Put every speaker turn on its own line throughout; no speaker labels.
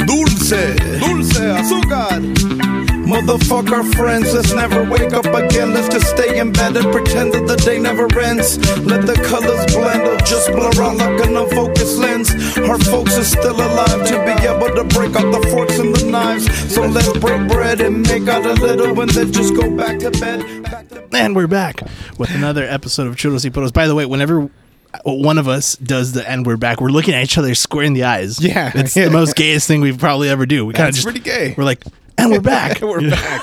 leche, dulce, azúcar. Motherfucker friends, let's never wake up again. Let's just stay in bed and pretend that the day never ends. Let the colors blend or just blur out like an unfocused lens. Our folks are still alive to be able to break out the forks and the knives. So let's break bread and make out a little and then just go back to bed. Back to
And we're back with another episode of Chulos y Potos. By the way, whenever one of us does the and we're back, we're looking at each other square in the eyes.
Yeah.
It's the most gayest thing we've probably ever do. We kind of
That's
just
pretty gay.
We're like, and we're back.
We're back.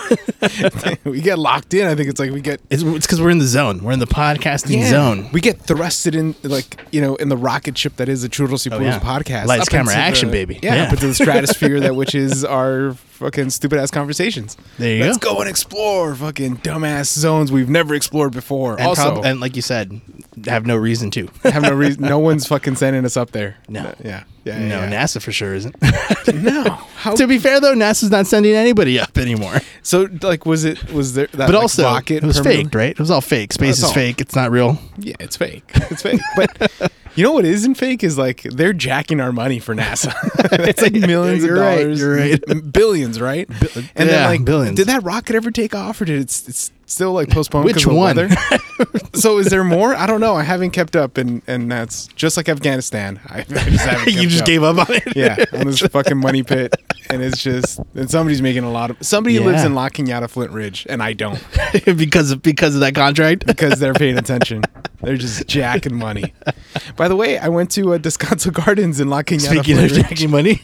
we get locked in. I think it's like we get
it's because we're in the zone. We're in the podcasting zone.
We get thrusted in, like you know, in the rocket ship that is the Churros y Puros
Oh, yeah.
podcast.
Lights,
up
camera,
into
action,
the-
baby.
Yeah,
Yeah.
up into the stratosphere that which is our fucking stupid ass conversations.
There you
Let's
go.
go and explore fucking dumbass zones we've never explored before.
And,
also,
prob- and like you said, have no reason to.
have no reason. No one's fucking sending us up there.
No.
Yeah. Yeah.
no,
yeah,
NASA for sure isn't.
yeah. No. How?
to be fair though, NASA's not sending anybody up anymore.
So like, was it? Was there that?
But
like,
also,
rocket
it was
permanently-
faked, right? It was all fake. Space
That's
is
all.
fake. It's not real.
Yeah, it's fake. It's fake. But you know what isn't fake is like they're jacking our money for NASA. it's like millions
You're
of
right,
dollars.
you're right.
m- Billions, right? and
yeah,
then like
billions.
Did that rocket ever take off or did it s- it's still like postponed? 'cause
Which
of the
one?
weather? so is there more? I don't know. I haven't kept up and and that's just like Afghanistan. I, I just haven't
you
kept
just
up.
gave up on it.
yeah, on this fucking money pit, and it's just and somebody's making a lot of somebody lives
Yeah.
in La Cañada, Flint Ridge, and I don't
because of because of that contract.
because they're paying attention. They're just jacking money. By the way, I went to uh, Descanso Gardens in La Cañada.
Speaking
Flint
of
Ridge.
jacking money,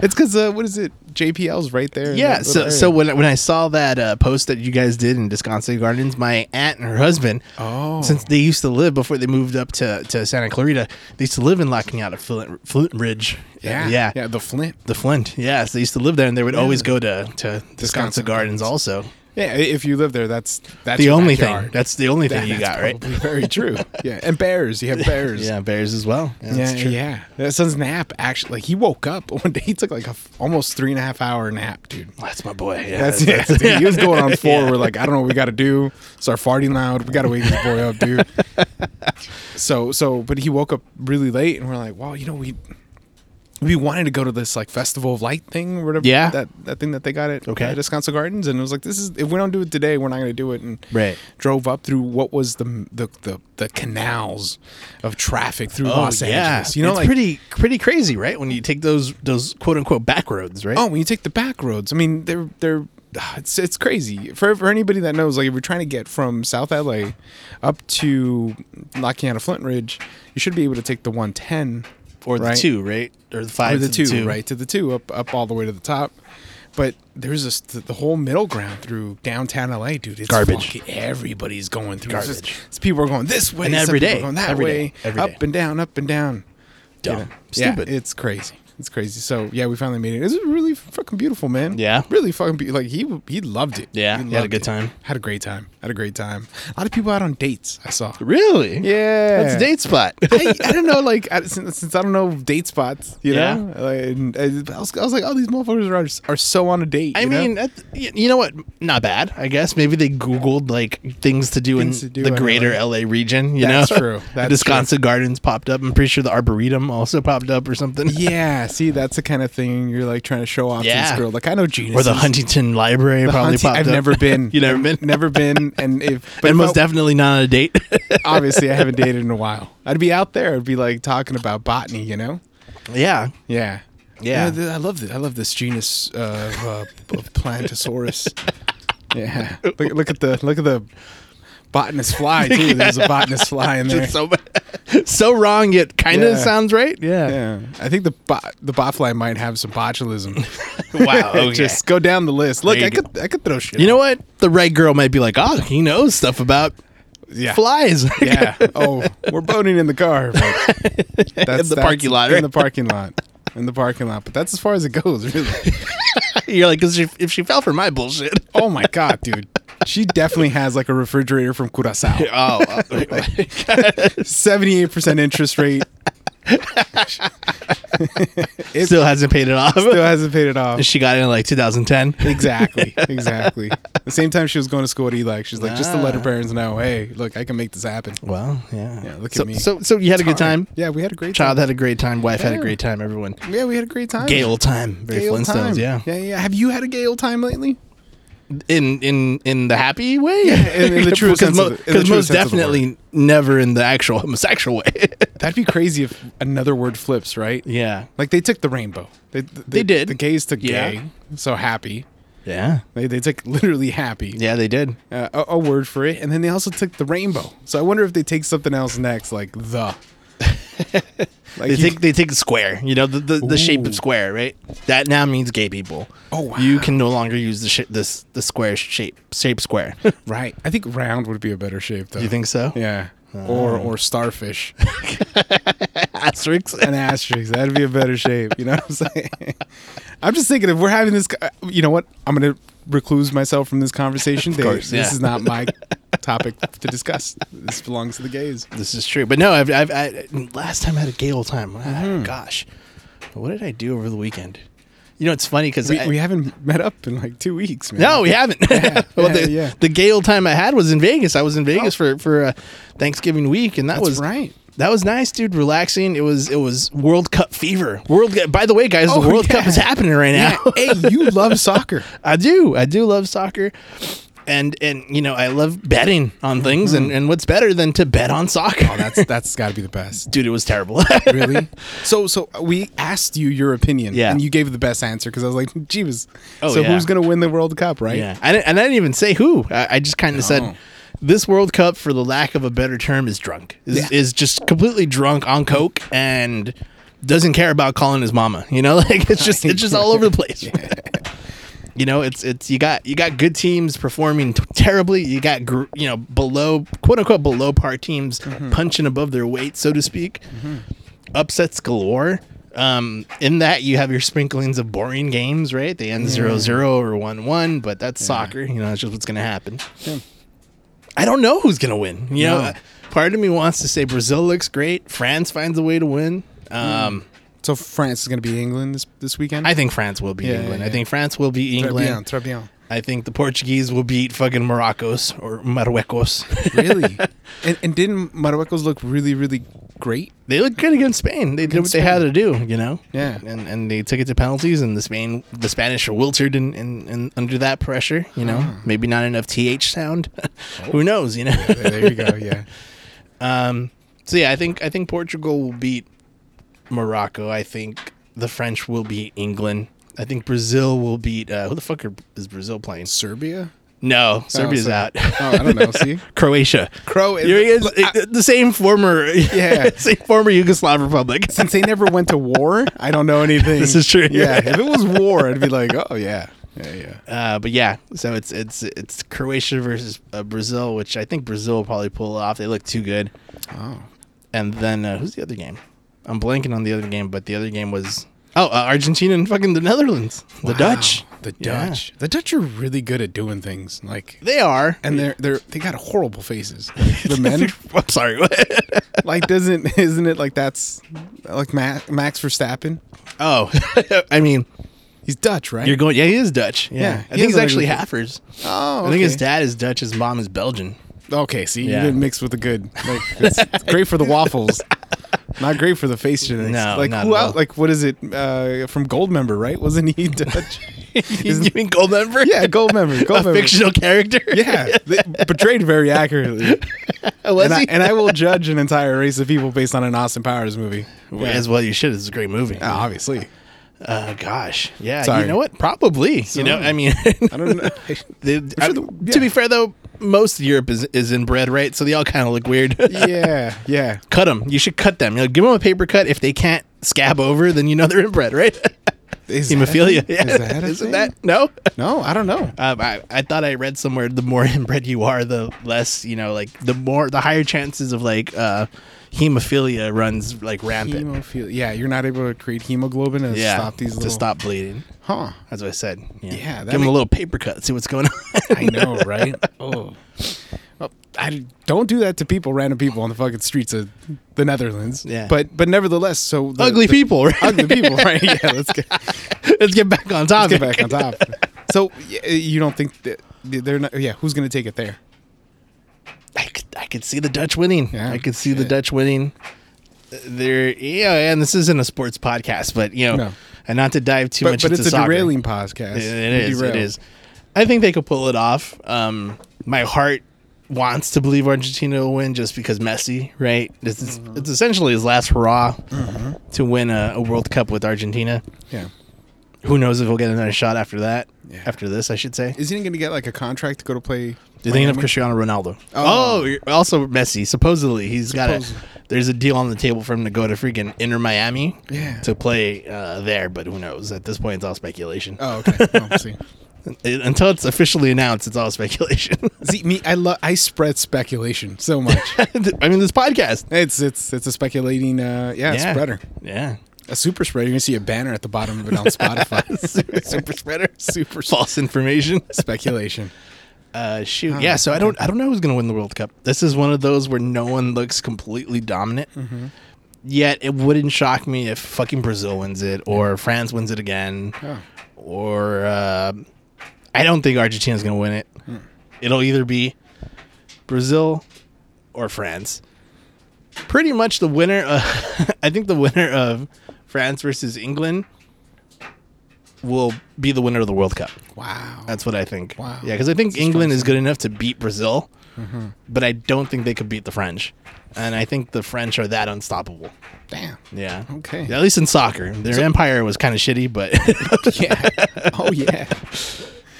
it's because uh, what is it? JPL's right there. in
yeah.
that
So
little
so
area.
when when I saw that uh, post that you guys did in Descanso Gardens, my aunt and her husband,
Oh.
since they used to live before they moved up to, to Santa Clarita, they used to live in La Cañada, Flint, Flint Ridge.
yeah,
yeah,
yeah, the Flint.
The Flint. Yeah, so they used to live there, and they would always go to to
Descanso
Descanso Gardens
Gardens.
also.
Yeah, i- if you live there, that's that's
the
your
only thing.
backyard.
That's the only
That-
thing you
that's
got, right?
probably Very true. Yeah, and bears. You have bears.
Yeah, bears as well. Yeah,
Yeah,
that's true.
yeah. That son's nap actually. Like he woke up one day. He took like a f- almost three and a half hour nap, dude.
That's my boy. Yeah,
That's, yeah,
that's-
dude, He was going on four. We're like, I don't know what we got to do. Start farting loud. We got to wake this boy up, dude. so, so, but he woke up really late, and we're like, wow, you know, we we wanted to go to this like festival of light thing, or whatever.
Yeah.
that that thing that they got at
Okay.
at Descanso Gardens, and it was like, this is if we don't do it today, we're not going to do it. And
Right.
drove up through what was the the the, the canals of traffic through
Oh,
Los
yeah.
Angeles. You know,
it's
like
pretty pretty crazy, right? When you take those those quote unquote back roads, right?
Oh, when you take the back roads, I mean, they're they're ah, it's it's crazy for for anybody that knows. Like, if you're trying to get from South LA up to La Cañada Flint Ridge, you should be able to take the 110
or the
right?
two, right? Or the five
or the
to
two, right to the two up up all the way to the top. But there's this the, the whole middle ground through downtown LA, dude. It's
Garbage.
funky. Everybody's going through. It's just-
Garbage.
it's people are going this way,
And
some
every
people
day,
are going that
every day,
way,
every
up
day.
and down, up and down.
Dumb,
Yeah,
stupid.
it's crazy. It's crazy. So yeah, we finally made it. It was really fucking beautiful, man.
Yeah.
really fucking be- like he he loved it.
Yeah,
he
you had a
loved
good
it.
time?
Had a great time. Had a great time. A lot of people out on dates. I saw.
really?
Yeah,
That's a date spot.
I, I don't know, like I, since, since I don't know date spots, you
Yeah.
know, like, and I, I was, I was like, oh, these motherfuckers are, are so on a date.
I
you know?
mean, that, y- you know what? Not bad, I guess. Maybe they Googled like things to do
Things to
in
do
the
in
greater LA, region. You
That's
know,
true. That's
Descanso Gardens popped up. I'm pretty sure the Arboretum also popped up or something.
yeah, see, that's the kind of thing you're like trying to show off to
Yeah.
this girl. Like I know Genius
Or the Huntington Library probably
Hunty-
popped
I've
up.
never been.
you never been?
Never been, and if
and
but if
most
I-
definitely not on a date.
obviously I haven't dated in a while. I'd be out there. I'd be like talking about botany, you know?
yeah.
Yeah,
Yeah.
You know, th- I love this. I love this genus uh, of, uh, p- of Plantosaurus. yeah, look, look at the look at the botanist fly too. There's a botanist fly in there.
Just so so wrong yet kind of
Yeah.
sounds right.
yeah, I think the bot the bot fly might have some botulism.
Wow. Okay.
Just go down the list. Look,
There you
I
go.
could I could throw shit.
you know what? The right girl might be like, oh, he knows stuff about
yeah.
flies.
Yeah. Oh, we're boating in the car. but That's,
the parking lot,
In
right?
the parking lot. In the parking lot. But that's as far as it goes, really.
You're like, because if she fell for my bullshit.
Oh my god, dude. She definitely has like a refrigerator from Curacao.
Oh,
Seventy-eight percent interest rate.
Still hasn't paid it off.
Still hasn't paid it off.
she got it in like 2010.
Exactly. Exactly. the same time she was going to school at Eli, she's like, just to
Ah.
let her parents know, hey, look, I can make this happen.
Well, yeah. yeah
look at
so,
me.
So, so you had a good time.
Yeah, we had a great
Child had a great time. Wife had a
Yeah.
great time. Everyone.
time. Yeah, we had a great time.
Gay old time. Very
Gay old
Flintstones.
time.
Yeah.
Yeah, yeah. Have you had a gay old time lately?
In in in the happy way.
in- in the true
Because
sense
mo-
of the- in the
because
true
most
sense of the word.
definitely never in the actual homosexual way.
That'd be crazy if another word flips, right?
yeah.
Like they took the rainbow. They, th-
They did.
The gays took
Yeah.
gay. So happy.
Yeah.
They, they took literally happy.
Yeah. They did.
uh, a, a word for it, and then they also took the rainbow. So I wonder if they take something else next, like the. like
They
you-
take they take the square, you know, the, the, the shape
Ooh.
of square, right? That now means gay people.
Oh, wow.
You can no longer use the sh- this the square shape shape square. Do
right. I think round would be a better shape, though.
you think so? Oh.
Yeah. Or or starfish,
Asterisks.
an asterisk. That'd be a better shape. You know what I'm saying? I'm just thinking if we're having this, co- you know what? I'm gonna recluse myself from this conversation. They-
course,
this
yeah.
is not my topic to discuss. This belongs to the gays.
This is true. But no, I've, I've I, last time I had a gay old time. Ah,
Mm-hmm.
Gosh, what did I do over the weekend? You know, it's funny because
We, we haven't met up in like two weeks, man.
no, we haven't. well,
yeah,
the,
yeah. Oh.
the gay old time I had was in Vegas. I was in Vegas for for uh, Thanksgiving week, and that
That's
was
right.
That was nice, dude. Relaxing. It was it was World Cup fever. World. Cup- By the way, guys,
Oh,
the World Cup
yeah.
is happening right now.
hey, you love soccer.
I do. I do love soccer. And and you know, I love betting on things and, and what's better than to bet on soccer?
That's that's got to be the best.
Dude, it was terrible.
Really? so so we asked you your opinion,
Yeah.
and you gave the best answer because I was like, "Jeebus!"
Oh,
so
yeah.
who's gonna win the World Cup, right? Oh.
yeah. I didn't, and I didn't even say who. I, I just kind of
No.
said this World Cup for the lack of a better term is drunk. Is,
Yeah.
is just completely drunk on coke and doesn't care about calling his mama, you know? Like it's just it's just all over the place. You know, it's it's you got you got good teams performing t- terribly. You got gr- you know below quote unquote below par teams
Mm-hmm.
punching above their weight, so to speak. Upsets galore. Um, in that you have your sprinklings of boring games, right? They end zero zero or one one, but that's soccer. You know, that's just what's gonna happen. I don't know who's gonna win. You
No.
know, Uh, part of me wants to say Brazil looks great. France finds a way to win. Um,
So France is gonna be England this this weekend.
I think France will beat
Yeah,
England.
yeah,
I
yeah.
think France will beat
Très bien,
England.
très bien.
I think the Portuguese will beat fucking Morocco's or Marruecos.
Really? and, and didn't Marruecos look really really great?
they looked good against Spain. They did what they
Spain.
had to do, you know.
Yeah.
and and they took it to penalties, and the Spain the Spanish wilted in, in, in under that pressure. You know,
Hmm.
maybe not enough th sound. Who knows? You know.
There, there you go. Oh. Yeah.
um. So yeah, I think I think Portugal will beat Morocco. I think the French will beat England. I think Brazil will beat. Uh, who the fuck are, is Brazil playing?
Serbia.
No, Serbia's
so-
out.
Oh, I don't know. See.
Croatia.
Croatia.
Here he is, the same former,
Yeah.
same former Yugoslav republic.
Since they never went to war, I don't know anything.
This is true.
Yeah. If it was war, I'd be like, oh yeah, yeah, yeah.
Uh, but yeah, so it's it's it's Croatia versus uh, Brazil, which I think Brazil will probably pull off. They look too good.
Oh,
And then uh, who's the other game? I'm blanking on the other game, but the other game was oh uh, Argentina and fucking the Netherlands, the
Wow.
Dutch,
The
Yeah.
Dutch. The Dutch are really good at doing things like
They are.
and they're they're they got horrible faces. The men,
I'm sorry.
like, doesn't isn't it like that's like Ma- Max Verstappen?
oh, I mean,
He's Dutch, right?
you're going. Yeah, he is Dutch. Yeah,
Yeah, he
I think
is
he's actually
Dutch.
Haffers.
oh,
I think his
okay.
dad is Dutch. His mom is Belgian.
Okay, see,
Yeah.
you didn't mix with the good. Like, it's, it's great for the waffles, not great for the face genetics.
No,
like
not
who
at
out?
all.
Like what is it uh, from Goldmember? Right? Wasn't he Dutch?
He's giving gold member.
yeah, Goldmember.
a
Goldmember.
fictional character.
Yeah, they portrayed very accurately.
was
and, I,
he?
and I will judge an entire race of people based on an Austin Powers movie.
Well, As well, you should. It's a great movie.
Ah, obviously.
Uh, gosh, yeah.
Sorry.
You know what? Probably. you know, I mean,
I don't know.
they- I-
sure the-
to
yeah.
be fair though, most of Europe is is inbred, right? So they all kind of look weird.
yeah, yeah.
cut them. You should cut them. You know, give them a paper cut. If they can't scab over, then you know they're inbred, right?
Is
Hemophilia.
That,
Yeah.
is that a
Isn't
thing?
that no?
No, I don't know.
Um, I, I thought I read somewhere the more inbred you are, the less you know, like the more the higher chances of like uh, hemophilia runs like rampant.
Hemophilia. Yeah, you're not able to create hemoglobin and
yeah,
stop these.
to
Little,
stop bleeding.
Huh.
That's what I said.
Yeah, that
give him
make-
a little paper cut. See what's going on.
I know, right? oh. well, I don't do that to people, random people on the fucking streets of the Netherlands.
Yeah.
But but nevertheless, so the-
Ugly
the-
people, right?
ugly people, right? Yeah. Let's get,
Let's get back on
let's
topic.
get back on top. So y- uh, you don't think that they're not? Yeah. Who's gonna take it there?
I could, I could see the Dutch winning.
Yeah.
I could see the
Yeah.
Dutch winning. There, yeah, and this isn't a sports podcast, but you know,
No.
and not to dive too
But
much
but
into
it's a
soccer.
derailing podcast.
It- it
We
is. It
derailed.
is. I think they could pull it off. Um, my heart wants to believe Argentina will win just because Messi, right? This is,
Mm-hmm.
It's essentially his last hurrah to win a, a World Cup with Argentina.
Yeah.
Who knows if he'll get another shot after that?
Yeah.
After this, I should say.
Isn't he gonna get like a contract to go to play?
You're thinking of
Miami?
Cristiano Ronaldo.
Oh.
Oh, you're- also Messi. Supposedly, he's got a.
Supposedly.
There's a deal on the table for him to go to freaking Inter Miami
Yeah.
to play uh, there, but who knows? At this point, it's all speculation.
Oh, okay. Oh, see.
It- until it's officially announced, it's all speculation.
See me, I love I spread speculation so much.
I mean, this podcast.
It's it's it's a speculating uh yeah, spreader.
Yeah.
A super spreader. You're gonna see a banner at the bottom of it on Spotify.
Super spreader.
super
False information.
speculation.
Uh, shoot. yeah. So I don't. I don't know who's gonna win the World Cup. This is one of those where no one looks completely dominant. Yet it wouldn't shock me if fucking Brazil wins it or France wins it again,
Oh.
or uh, I don't think Argentina's gonna win it. It'll either be Brazil or France. Pretty much the winner. Of, I think the winner of France versus England will be the winner of the World Cup.
Wow.
That's what I think.
Wow.
Yeah, because I think England is good enough to beat Brazil,
Mm-hmm.
but I don't think they could beat the French. And I think the French are that unstoppable.
Damn.
Yeah.
Okay.
At least in soccer, their empire was kind of shitty, but
Yeah. oh yeah.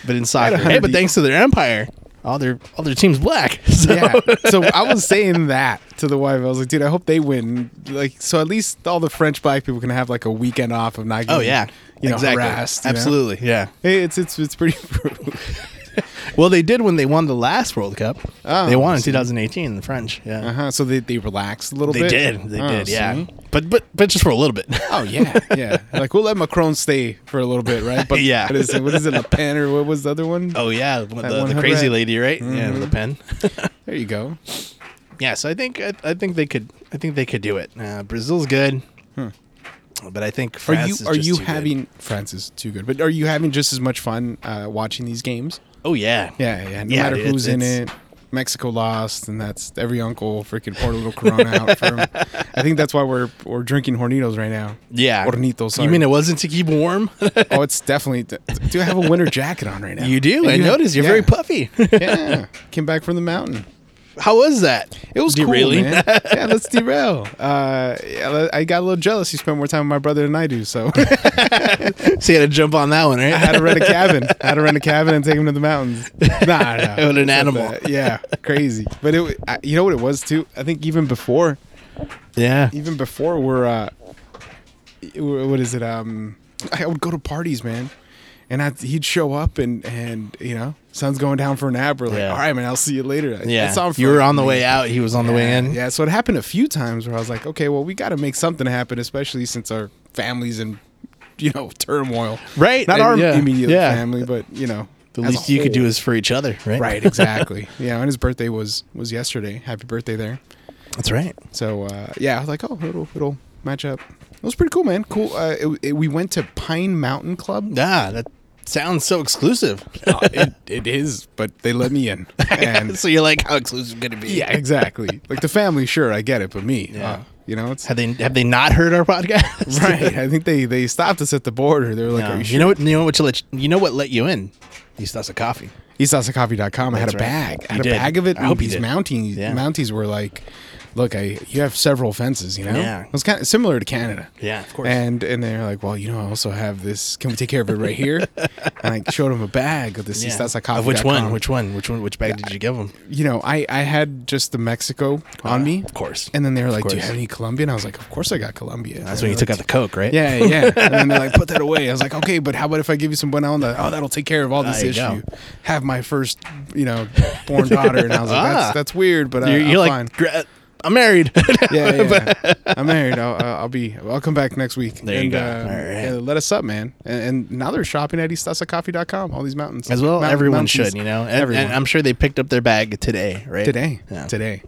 but in soccer,
hundred
hey, but
years.
thanks to their empire, all their all their team's black. So,
Yeah. So I was saying that to the wife. I was like, dude, I hope they win. Like so at least all the French black people can have like a weekend off of not getting
Oh yeah.
you know,
exactly.
harassed. you know?
Absolutely. Yeah.
Hey, it's it's it's pretty brutal.
Well, they did when they won the last World Cup.
Oh,
they won in
I see.
2018. The French. Yeah.
Uh-huh. So they, they relaxed a little
They
bit.
did. They
Oh,
did. Yeah.
see?
But but but just for a little bit.
Oh yeah, yeah. Like we'll let Macron stay for a little bit, right? But
Yeah.
What is it? What is it? Le Pen or what was the other one?
Oh yeah, with
That
the,
one Mm-hmm.
the
hood
crazy
rat.
lady, right? Yeah, with the pen.
There you go.
yeah, so I think I, I think they could I think they could do it. Uh, Brazil's good,
Hmm.
but I think
Are
France is
you are
just
you
too good.
having France is too good, but are you having just as much fun uh, watching these games?
Oh yeah,
Yeah, yeah. No
Yeah,
matter
dude,
who's in
it's-
it. Mexico lost, and that's every uncle freaking poured a little Corona out for him. I think that's why we're we're drinking Hornitos right now.
yeah.
Hornitos.
You mean it wasn't to keep warm?
oh, it's definitely. Do I have a winter jacket on right now?
you do.
And
I
you have-
noticed you're
yeah,
very puffy.
yeah, came back from the mountain.
How was that?
It was cool,
Derailing?
man. yeah, let's derail. Uh, yeah, I got a little jealous. You spent more time with my brother than I do, so I
so you had to jump on that one, right?
had to rent a cabin. I had to rent a cabin and take him to the mountains. Nah, nah.
With an
Except
animal.
that, Yeah, crazy. But it, wa- I, you know what it was too. I think even before,
yeah.
even before we're, uh, it- what is it? Um, I would go to parties, man, and I'd, he'd show up, and and you know, sun's going down for an nap. We're like,
Yeah.
all right, man, I'll see you later. I- I saw
Yeah.
him
You
for-
were on the way out. He was on the way in.
Yeah, so it happened a few times where I was like, okay, well, we got to make something happen, especially since our families in, you know, turmoil.
Right,
Not
and
our
yeah,
immediate
yeah.
family, but you know,
The
as a
least you could do
whole.
is for each other, right?
right. Exactly. yeah, and his birthday was was yesterday. Happy birthday there.
That's right.
So uh, yeah, I was like, oh, it'll it'll match up. It was pretty cool, man. Cool. Uh, it, it, we went to Pine Mountain Club.
Yeah. That sounds so exclusive.
it, it is, but they let me in. And
so you're like, how exclusive could it be?
yeah, exactly. Like the family, sure, I get it, but me,
Yeah.
uh, you know, it's
Have they have they not heard our podcast?
Right. I think they they stopped us at the border. They were like,
No.
Are
you,
you sure?
know what? You know what? You let you know what let you in? East House of Coffee.
EastSauceCoffee.com. I had a
That's right.
bag. I had
You
a
did.
bag of it.
I hope you
these
did.
Mounties
Yeah.
Mounties were like, Look, I you have several fences, you know?
Yeah.
It was kind of similar to Canada.
Yeah, of course.
And and they're like, Well, you know, I also have this. Can we take care of it right here? and I showed them a bag of this yeah.
Of which one? Which one? Which one? Which bag did you give them?
you know, I, I had just the Mexico on me.
Uh, of course.
And then they were like, Do you
course.
have any Colombia? And I was like, Of course I got Colombia.
That's when you took out the Coke, right?
Yeah, yeah. And then they're like, put that away. I was like, okay, but how about if I give you some buena onda? Oh, that'll take care of all this
There you
issue.
go.
Have my first, you know, born daughter. And I was like,
Ah.
that's, that's weird, but I,
You're,
am
you're
uh, fine.
like, gra- I'm married.
yeah, yeah. I'm married. I'll, uh, I'll I'll be. I'll come back next week.
There you
and,
go.
uh,
All right.
yeah, let us up, man. And, and now they're shopping at eastasacoffee.com. All these mountains
As well,
Mount-
everyone
mountains.
should, you know. And,
everyone.
and I'm sure they picked up their bag today, right?
today.
Yeah.
Today.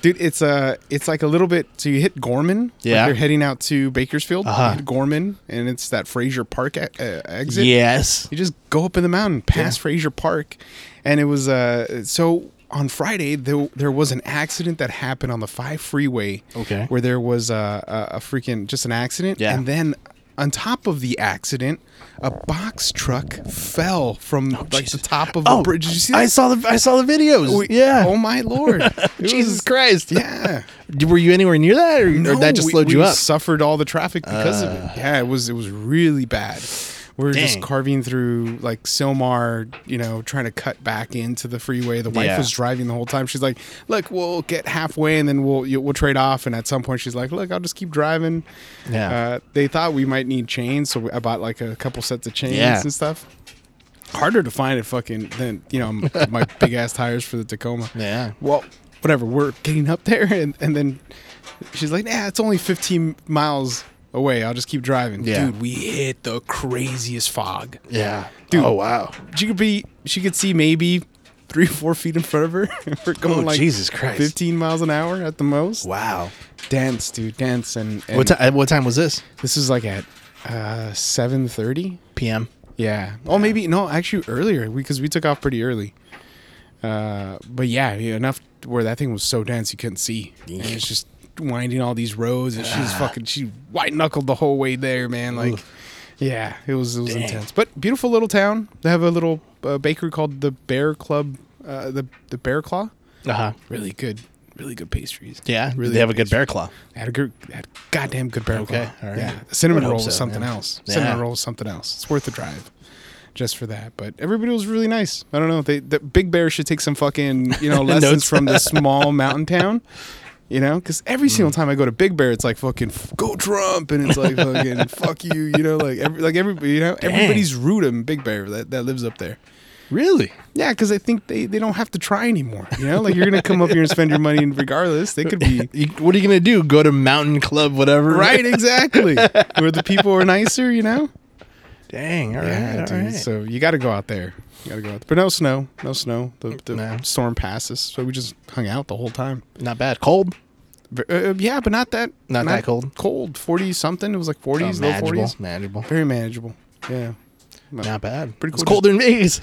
Dude, it's uh it's like a little bit so you hit Gorman. like
Yeah.
you're heading out to Bakersfield. you
Uh-huh.
hit Gorman and it's that Fraser Park e- uh, exit.
Yes.
You just go up in the mountain past Fraser Park, and it was uh so on Friday there there was an accident that happened on the five freeway.
Okay.
where there was a a, a freaking just an accident,
Yeah.
and then on top of the accident, a box truck fell from like the
Oh, Jesus.
top of
Oh,
a bridge. Did you see
I
that?
saw the I saw the videos.
We-
yeah.
Oh my lord. It
Jesus
was-
Christ.
Yeah.
Were you anywhere near that, or, or
No,
that just
we-
slowed you
we
up? Uh.
Suffered all the traffic because of it. Yeah, it was it was really bad. We were just
Dang.
carving through like Silmar, you know, trying to cut back into the freeway. The wife
Yeah.
was driving the whole time. She's like, "Look, we'll get halfway and then we'll you- we'll trade off." And at some point, she's like, "Look, I'll just keep driving."
Yeah.
Uh, they thought we might need chains, so I bought like a couple sets of chains
Yeah.
and stuff. Harder to find at fucking than you know m- my big ass tires for the Tacoma
Yeah.
well, whatever. We're getting up there, and, and then she's like, nah, it's only 15 miles away. I'll just keep driving.
Yeah.
Dude, we hit the craziest fog.
Yeah.
Dude.
Oh wow.
She could be, she could see maybe three, four feet in front of her. we're going
Oh,
like
Jesus Christ.
15 miles an hour at the most.
Wow.
Dance, dude, dance. And, and
What time? What time was this?
this is like at uh, 7.30.
PM.
Yeah. Oh, maybe no. Actually, earlier because we took off pretty early. Uh, but yeah, yeah, enough where that thing was so dense you couldn't see. And it's just winding all these roads, and she
Ah.
was fucking she white knuckled the whole way there, man. Like, yeah, it was it was intense. But beautiful little town. They have a little uh, bakery called the Bear Club, uh, the the Bear Claw.
Uh huh.
Really good, really good pastries.
Yeah.
Uh-huh. really
Really. They have a good
pastries.
bear claw.
They had a good, they had goddamn good barrel.
Okay,
claw.
all right.
Yeah, the cinnamon
Would
roll
hope
is
so,
something
yeah.
else. Cinnamon
Yeah.
roll is something else. It's worth the drive, just for that. But everybody was really nice. I don't know. They the Big Bear should take some fucking you know lessons
Notes.
from this small mountain town. You know, because every single
Mm.
time I go to Big Bear, it's like fucking f- go Trump, and it's like fucking fuck you. You know, like every like everybody. You know, everybody's rude in Big Bear that, that lives up there.
Really?
Yeah, because I think they, they don't have to try anymore. You know, like you're gonna come up here and spend your money, and regardless, they could be
You, what are you gonna do? Go to mountain club, whatever.
right exactly where the people are nicer you know
Dang. All right. all
dude,
right.
so you got to go out there you got to go out there. but no snow no snow the, the
No.
storm passes so we just hung out the whole time
Not bad. Cold.
Ver- uh, yeah but not that
Not that cold?
cold 40 something it was like 40s
Oh,
low 40s
Manageable.
very manageable yeah
Not bad.
Pretty
It's
cool.
colder in Vegas.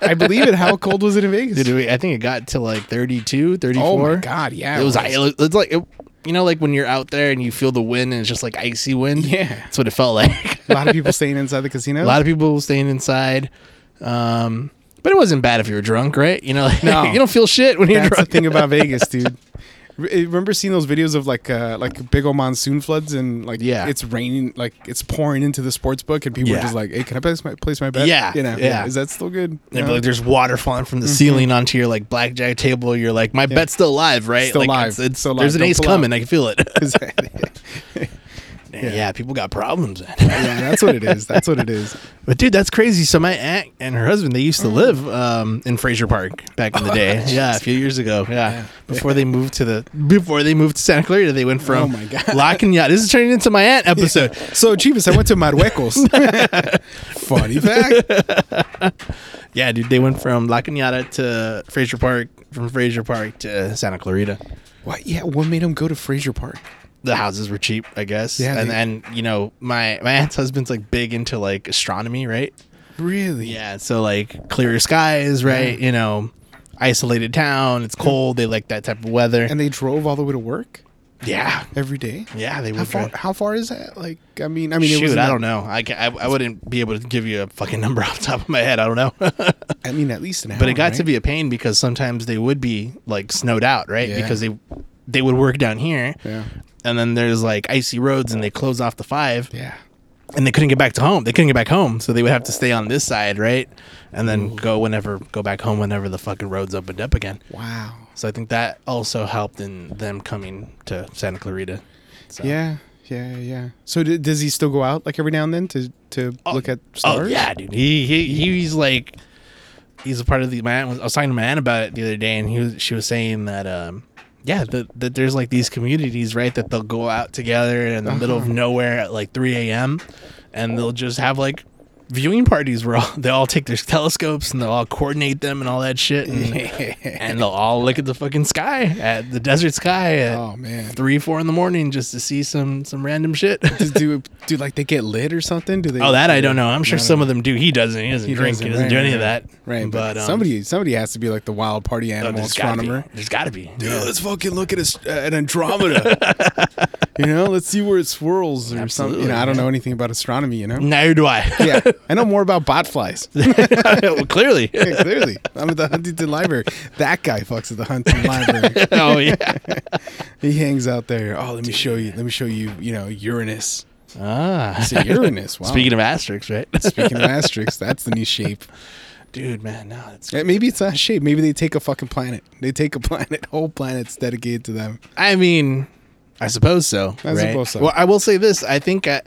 i believe it how cold was it in vegas
Dude, we- I think it got to like 32, 34.
oh my god yeah
It was, it was- it's like, it, you know, like when you're out there and you feel the wind and it's just like icy wind.
Yeah.
That's what it felt like.
a lot of people staying inside the
a
casino
lot of people staying inside. Um, but it wasn't bad if you were drunk, right? You know, like,
No.
you don't feel shit when you're
That's
drunk.
the thing about Vegas, dude. Re- eh, Remember seeing those videos of like uh, like big old monsoon floods and like
Yeah.
it's raining like it's pouring into the sports book and people are
Yeah.
just like hey can I place my place my bet
Yeah,
you know
yeah.
is that still good
They'd
No.
be like, there's water falling from the ceiling onto your like blackjack table. You're like, my bet's still alive, right?
Still
like,
live.
It's, it's,
Still live.
there's an
Don't
ace
pull out.
coming. I can feel it. yeah.
Yeah.
people got problems. man.
yeah that's what it is that's what it is
But dude, that's crazy. So my aunt and her husband, they used to live um, in Fraser Park back in the day. yeah, a few years ago. Yeah. Before they moved to the before they moved to Santa Clarita, they went from
Oh my God.
La Cañada. This is turning into my aunt episode.
so Chivas I went to Marruecos funny fact
Yeah, dude, they went from La Cañada to Fraser Park, from Fraser Park to Santa Clarita.
what yeah what made him go to Fraser Park
The houses were cheap, I guess.
Yeah,
and
they-
and you know, my my aunt's husband's like big into like astronomy, right?
really
Yeah, so like clear skies, right? You know, isolated town, it's cold, they like that type of weather.
and they drove all the way to work
yeah.
every day
Yeah, they
how
would.
far
drive.
how far is that like I mean I mean it
Shoot,
wasn't
I
that-
don't know. I, ca- I I wouldn't be able to give you a fucking number off the top of my head. I don't know. but
I mean at least an hour
it got to
right?
be a pain because sometimes they would be like snowed out, right?
Yeah.
Because they they would work down here.
Yeah.
And then there's like icy roads and they close off the 5
yeah.
and they couldn't get back to home. They couldn't get back home, so they would have to stay on this side, right? And then go whenever go back home whenever the fucking roads opened up again.
Wow.
So I think that also helped in them coming to Santa Clarita. So.
Yeah, yeah, yeah. So d- does he still go out like every now and then to to look at
Oh
stars?
yeah, dude. He, he he's like he's a part of the. My aunt was, I was talking to my aunt about it the other day, and he was she was saying that um yeah, that that there's like these communities, right? That they'll go out together in the middle
Uh-huh.
of nowhere at like 3 a.m. and they'll just have like viewing parties where all, they all take their telescopes and they'll all coordinate them and all that shit, and, and they'll all look at the fucking sky at the desert sky at
Oh, man.
three, four in the morning just to see some some random shit.
Does- do do like they get lit or something? Do they?
Oh, that I don't know. I'm sure some of them do. He doesn't. He doesn't
He
drink. he
doesn't,
doesn't
right,
do any of
right,
that.
Right, but,
But um,
somebody somebody has to be like the wild party
oh,
animal
there's gotta be.
astronomer.
There's gotta be.
Dude, let's fucking look at a, at Andromeda. you know, let's see where it swirls or something. You
Absolutely,
know, I don't
man.
know anything about astronomy. You know,
Neither do I.
yeah, I know more about botflies.
well, clearly.
Yeah, clearly, I'm at the Huntington Library. That guy fucks at the Huntington Library.
oh yeah.
He hangs out there. Oh, let me show you. Let me show you. You know, Uranus.
Ah.
It's a Uranus. Wow.
Speaking of asterisks, right?
Speaking of asterisks, that's the new shape.
Dude, man, no, it's.
Yeah, Maybe it's not a shape. Maybe they take a fucking planet. They take a planet. Whole planets dedicated to them.
I mean, I suppose so.
I
right?
suppose so.
Well, I will say this. I think. I,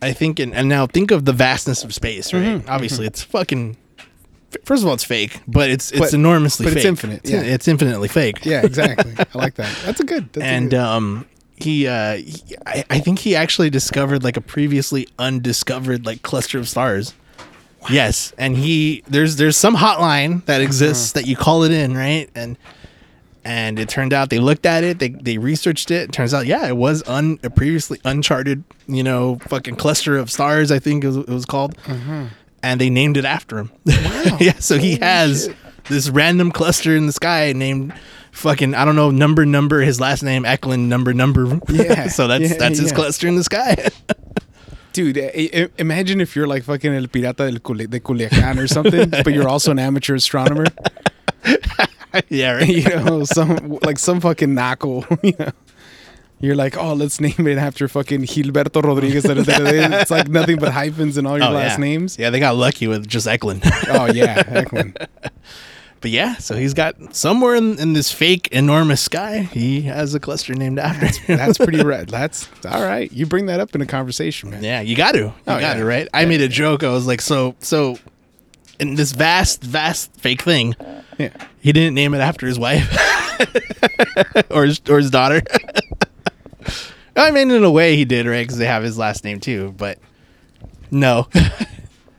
I think, and, and now think of the vastness of space, right?
Mm-hmm.
Obviously, it's fucking. First of all, it's fake, but it's it's
But-
enormously.
but it's
fake.
infinite,
It's,
yeah.
it's infinitely fake.
Yeah, exactly. I like that. That's a good. That's a
and
good.
um he uh he, I, I think he actually discovered like a previously undiscovered like cluster of stars yes and he there's there's some hotline
Uh-huh.
that exists that you call it in right and and it turned out they looked at it they, they researched it it turns out yeah it was un, a previously uncharted you know fucking cluster of stars i think it was, it was called
Mm-hmm.
and they named it after him yeah so he has this random cluster in the sky named fucking i don't know number number his last name eklund number number
Yeah,
so that's
yeah,
that's his
yeah.
cluster in the sky
Dude, i- i- imagine if you're like fucking El Pirata del Cule- de Culiacan or something, but you're also an amateur astronomer.
yeah right
You know, some like some fucking knuckle. You know, you're like, oh, let's name it after fucking Gilberto Rodriguez. it's like nothing but hyphens in all your
Oh,
last
yeah.
names.
Yeah, they got lucky with just Eklund.
Oh yeah, Eklund.
but yeah, so he's got somewhere in, in this fake enormous sky, he has a cluster named after him.
That's pretty rad. That's all right. You bring that up in a conversation, man.
yeah, you got to. You
Oh,
got to,
yeah.
right? I made a joke. I was like, so, so in this vast, vast fake thing,
yeah.
he didn't name it after his wife or, his, or his daughter. I mean, in a way, he did, right? Because they have his last name too, but no.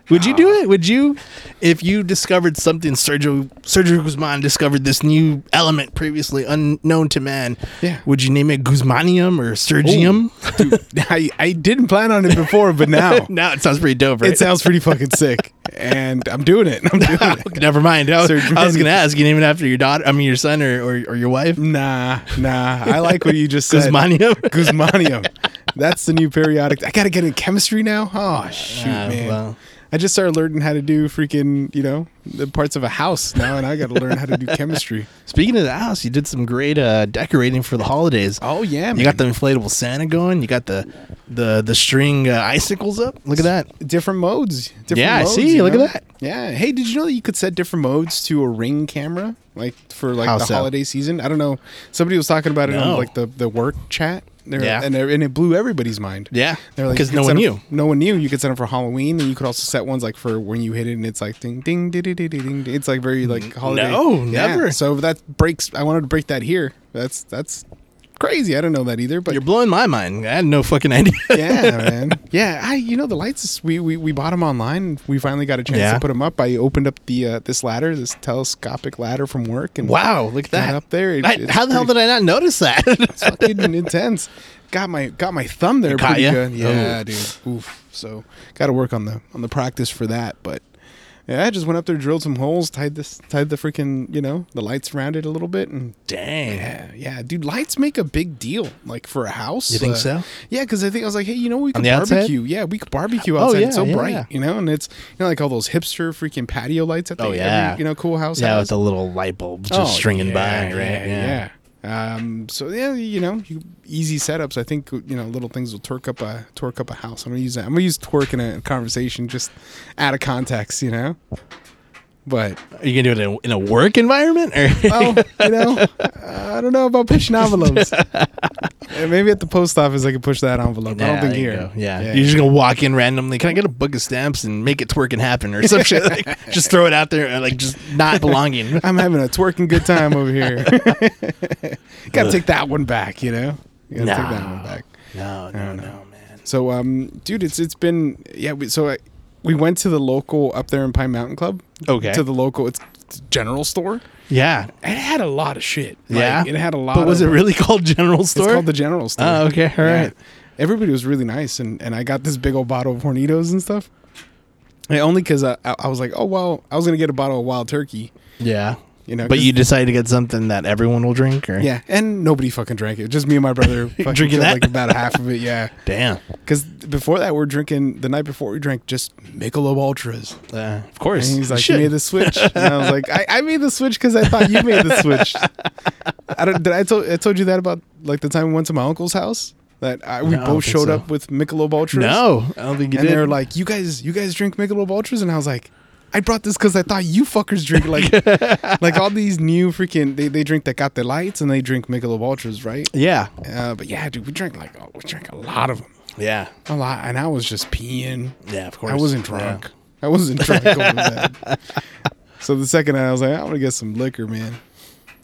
Would you do it? Would you, if you discovered something Sergio Sergio Guzman discovered this new element previously unknown to man?
Yeah.
Would you name it Guzmanium or Sergium?
Dude, I, I didn't plan on it before, but now
No, it sounds pretty dope, right?
it sounds pretty fucking sick. And I'm doing it. I'm doing it.
Never mind. I was, I was
Sergium.
gonna ask you name it after your daughter. I mean, your son or or, or your wife.
Nah, nah. I like what you just said.
Guzmanium?
Guzmanium. That's the new periodic. I gotta get in chemistry now. Oh shoot,
Ah,
man.
well.
I just started learning how to do freaking, you know, the parts of a house now, and I got to learn how to do chemistry.
Speaking of the house, you did some great uh, decorating for the holidays.
Oh yeah, man.
You got the inflatable Santa going. You got the the the string uh, icicles up. Look at that.
different modes. Different
Yeah, I
modes,
see.
you
Look at
know?
that.
Yeah. Hey, did you know that you could set different modes to a ring camera, like for like
How
the
so?
holiday season? I don't know. Somebody was talking about it
No.
on like the the work chat. They're-
Yeah.
and, and it blew everybody's mind.
Yeah,
They're like,
because
you could
no
set
one
them-
knew.
No one knew. You could set them for Halloween, and you could also set ones like for when you hit it, and it's like ding, ding, ding, ding, ding, ding. ding. It's like very like holiday.
no, never.
So that breaks. I wanted to break that here. That's that's crazy. I don't know that either. But
You're blowing my mind. I had no fucking idea.
yeah, man. Yeah, I you know the lights. is- We we, we bought them online. We finally got a chance
Yeah.
to put them up. I opened up the uh, this ladder, this telescopic ladder from work, and
wow, look at
got
that.
up there. It-
I-
it's
how the hell did
pretty-
I not notice that?
Fucking intense. Got my got my thumb there
It caught
pretty
ya?
good. Yeah,
Oh.
dude. Oof. So got to work on the on the practice for that, but. Yeah, I just went up there, drilled some holes, tied this, tied the freaking, you know, the lights around it a little bit, and
Dang.
yeah, yeah, dude, lights make a big deal, like for a house. uh,
You think so?
Yeah, because I think I was like, hey, you know, we
On
could
the outside?
barbecue. Yeah, we could barbecue
Oh,
outside.
yeah,
it's so
yeah,
bright,
yeah.
you know, and it's you know like all those hipster freaking patio lights at the
Oh yeah.
every, you know cool house.
Yeah,
has.
with a little light bulb just
Oh,
stringing
yeah,
by. Right.
Yeah, yeah. Um, so yeah, you know, you, easy setups. I think you know little things will torque up a torque up a house. I'm gonna use that. I'm gonna use torque in a conversation just out of context, you know. But
Are you gonna do it in a, in a work environment or?
oh, you know, I don't know about pushing envelopes. And maybe at the post office I could push that envelope. I
Yeah,
don't think
there you
here.
go. Yeah. You're just gonna walk in randomly. Can I get a book of stamps and make it twerk and happen or some shit? Like, just throw it out there, uh, like just not belonging.
I'm having a twerking good time over here. Gotta take that one back, you know? You gotta take that one
No.
back.
No, no, no, man.
So, um, dude, it's it's been yeah. We, so I, we went to the local up there in Pine Mountain Club.
Okay.
To the local, it's, it's general store.
Yeah,
It had a lot of shit. Like,
yeah.
It had a lot.
But was it
of-
really called General Store?
It's called the general store.
Oh, okay, all right.
Everybody was really nice, and and I got this big old bottle of Hornitos and stuff. And only because I, I I was like, oh well, I was gonna get a bottle of Wild Turkey.
yeah.
You know,
but
'cause-
you decided to get something that everyone will drink, or
Yeah, and nobody fucking drank it. Just me and my brother fucking
Drinking that?
drank, like about half of it. Yeah,
Damn.
because before that we're drinking. The night before we drank just Michelob Ultras.
Uh, of course.
And he's
You
like,
should.
you made the switch. And I was like, I, I made the switch because I thought you made the switch. I don't. Did I told I told you that about like the time we went to my uncle's house that I, we
No, I don't
both
think
showed
so.
up with Michelob Ultras.
no, I don't think you
and
did.
they were like, you guys, you guys drink Michelob Ultras, and I was like. I brought this because I thought you fuckers drink like, like all these new freaking they, they drink that got the lights and they drink Michelob Ultras, right?
yeah,
Uh, but yeah, dude, we drank like oh, we drank a lot of them,
yeah,
a lot, and I was just peeing.
yeah. Of course.
I wasn't
Yeah.
drunk. I wasn't drunk. over that. So the second night, I was like, I'm gonna get some liquor, man.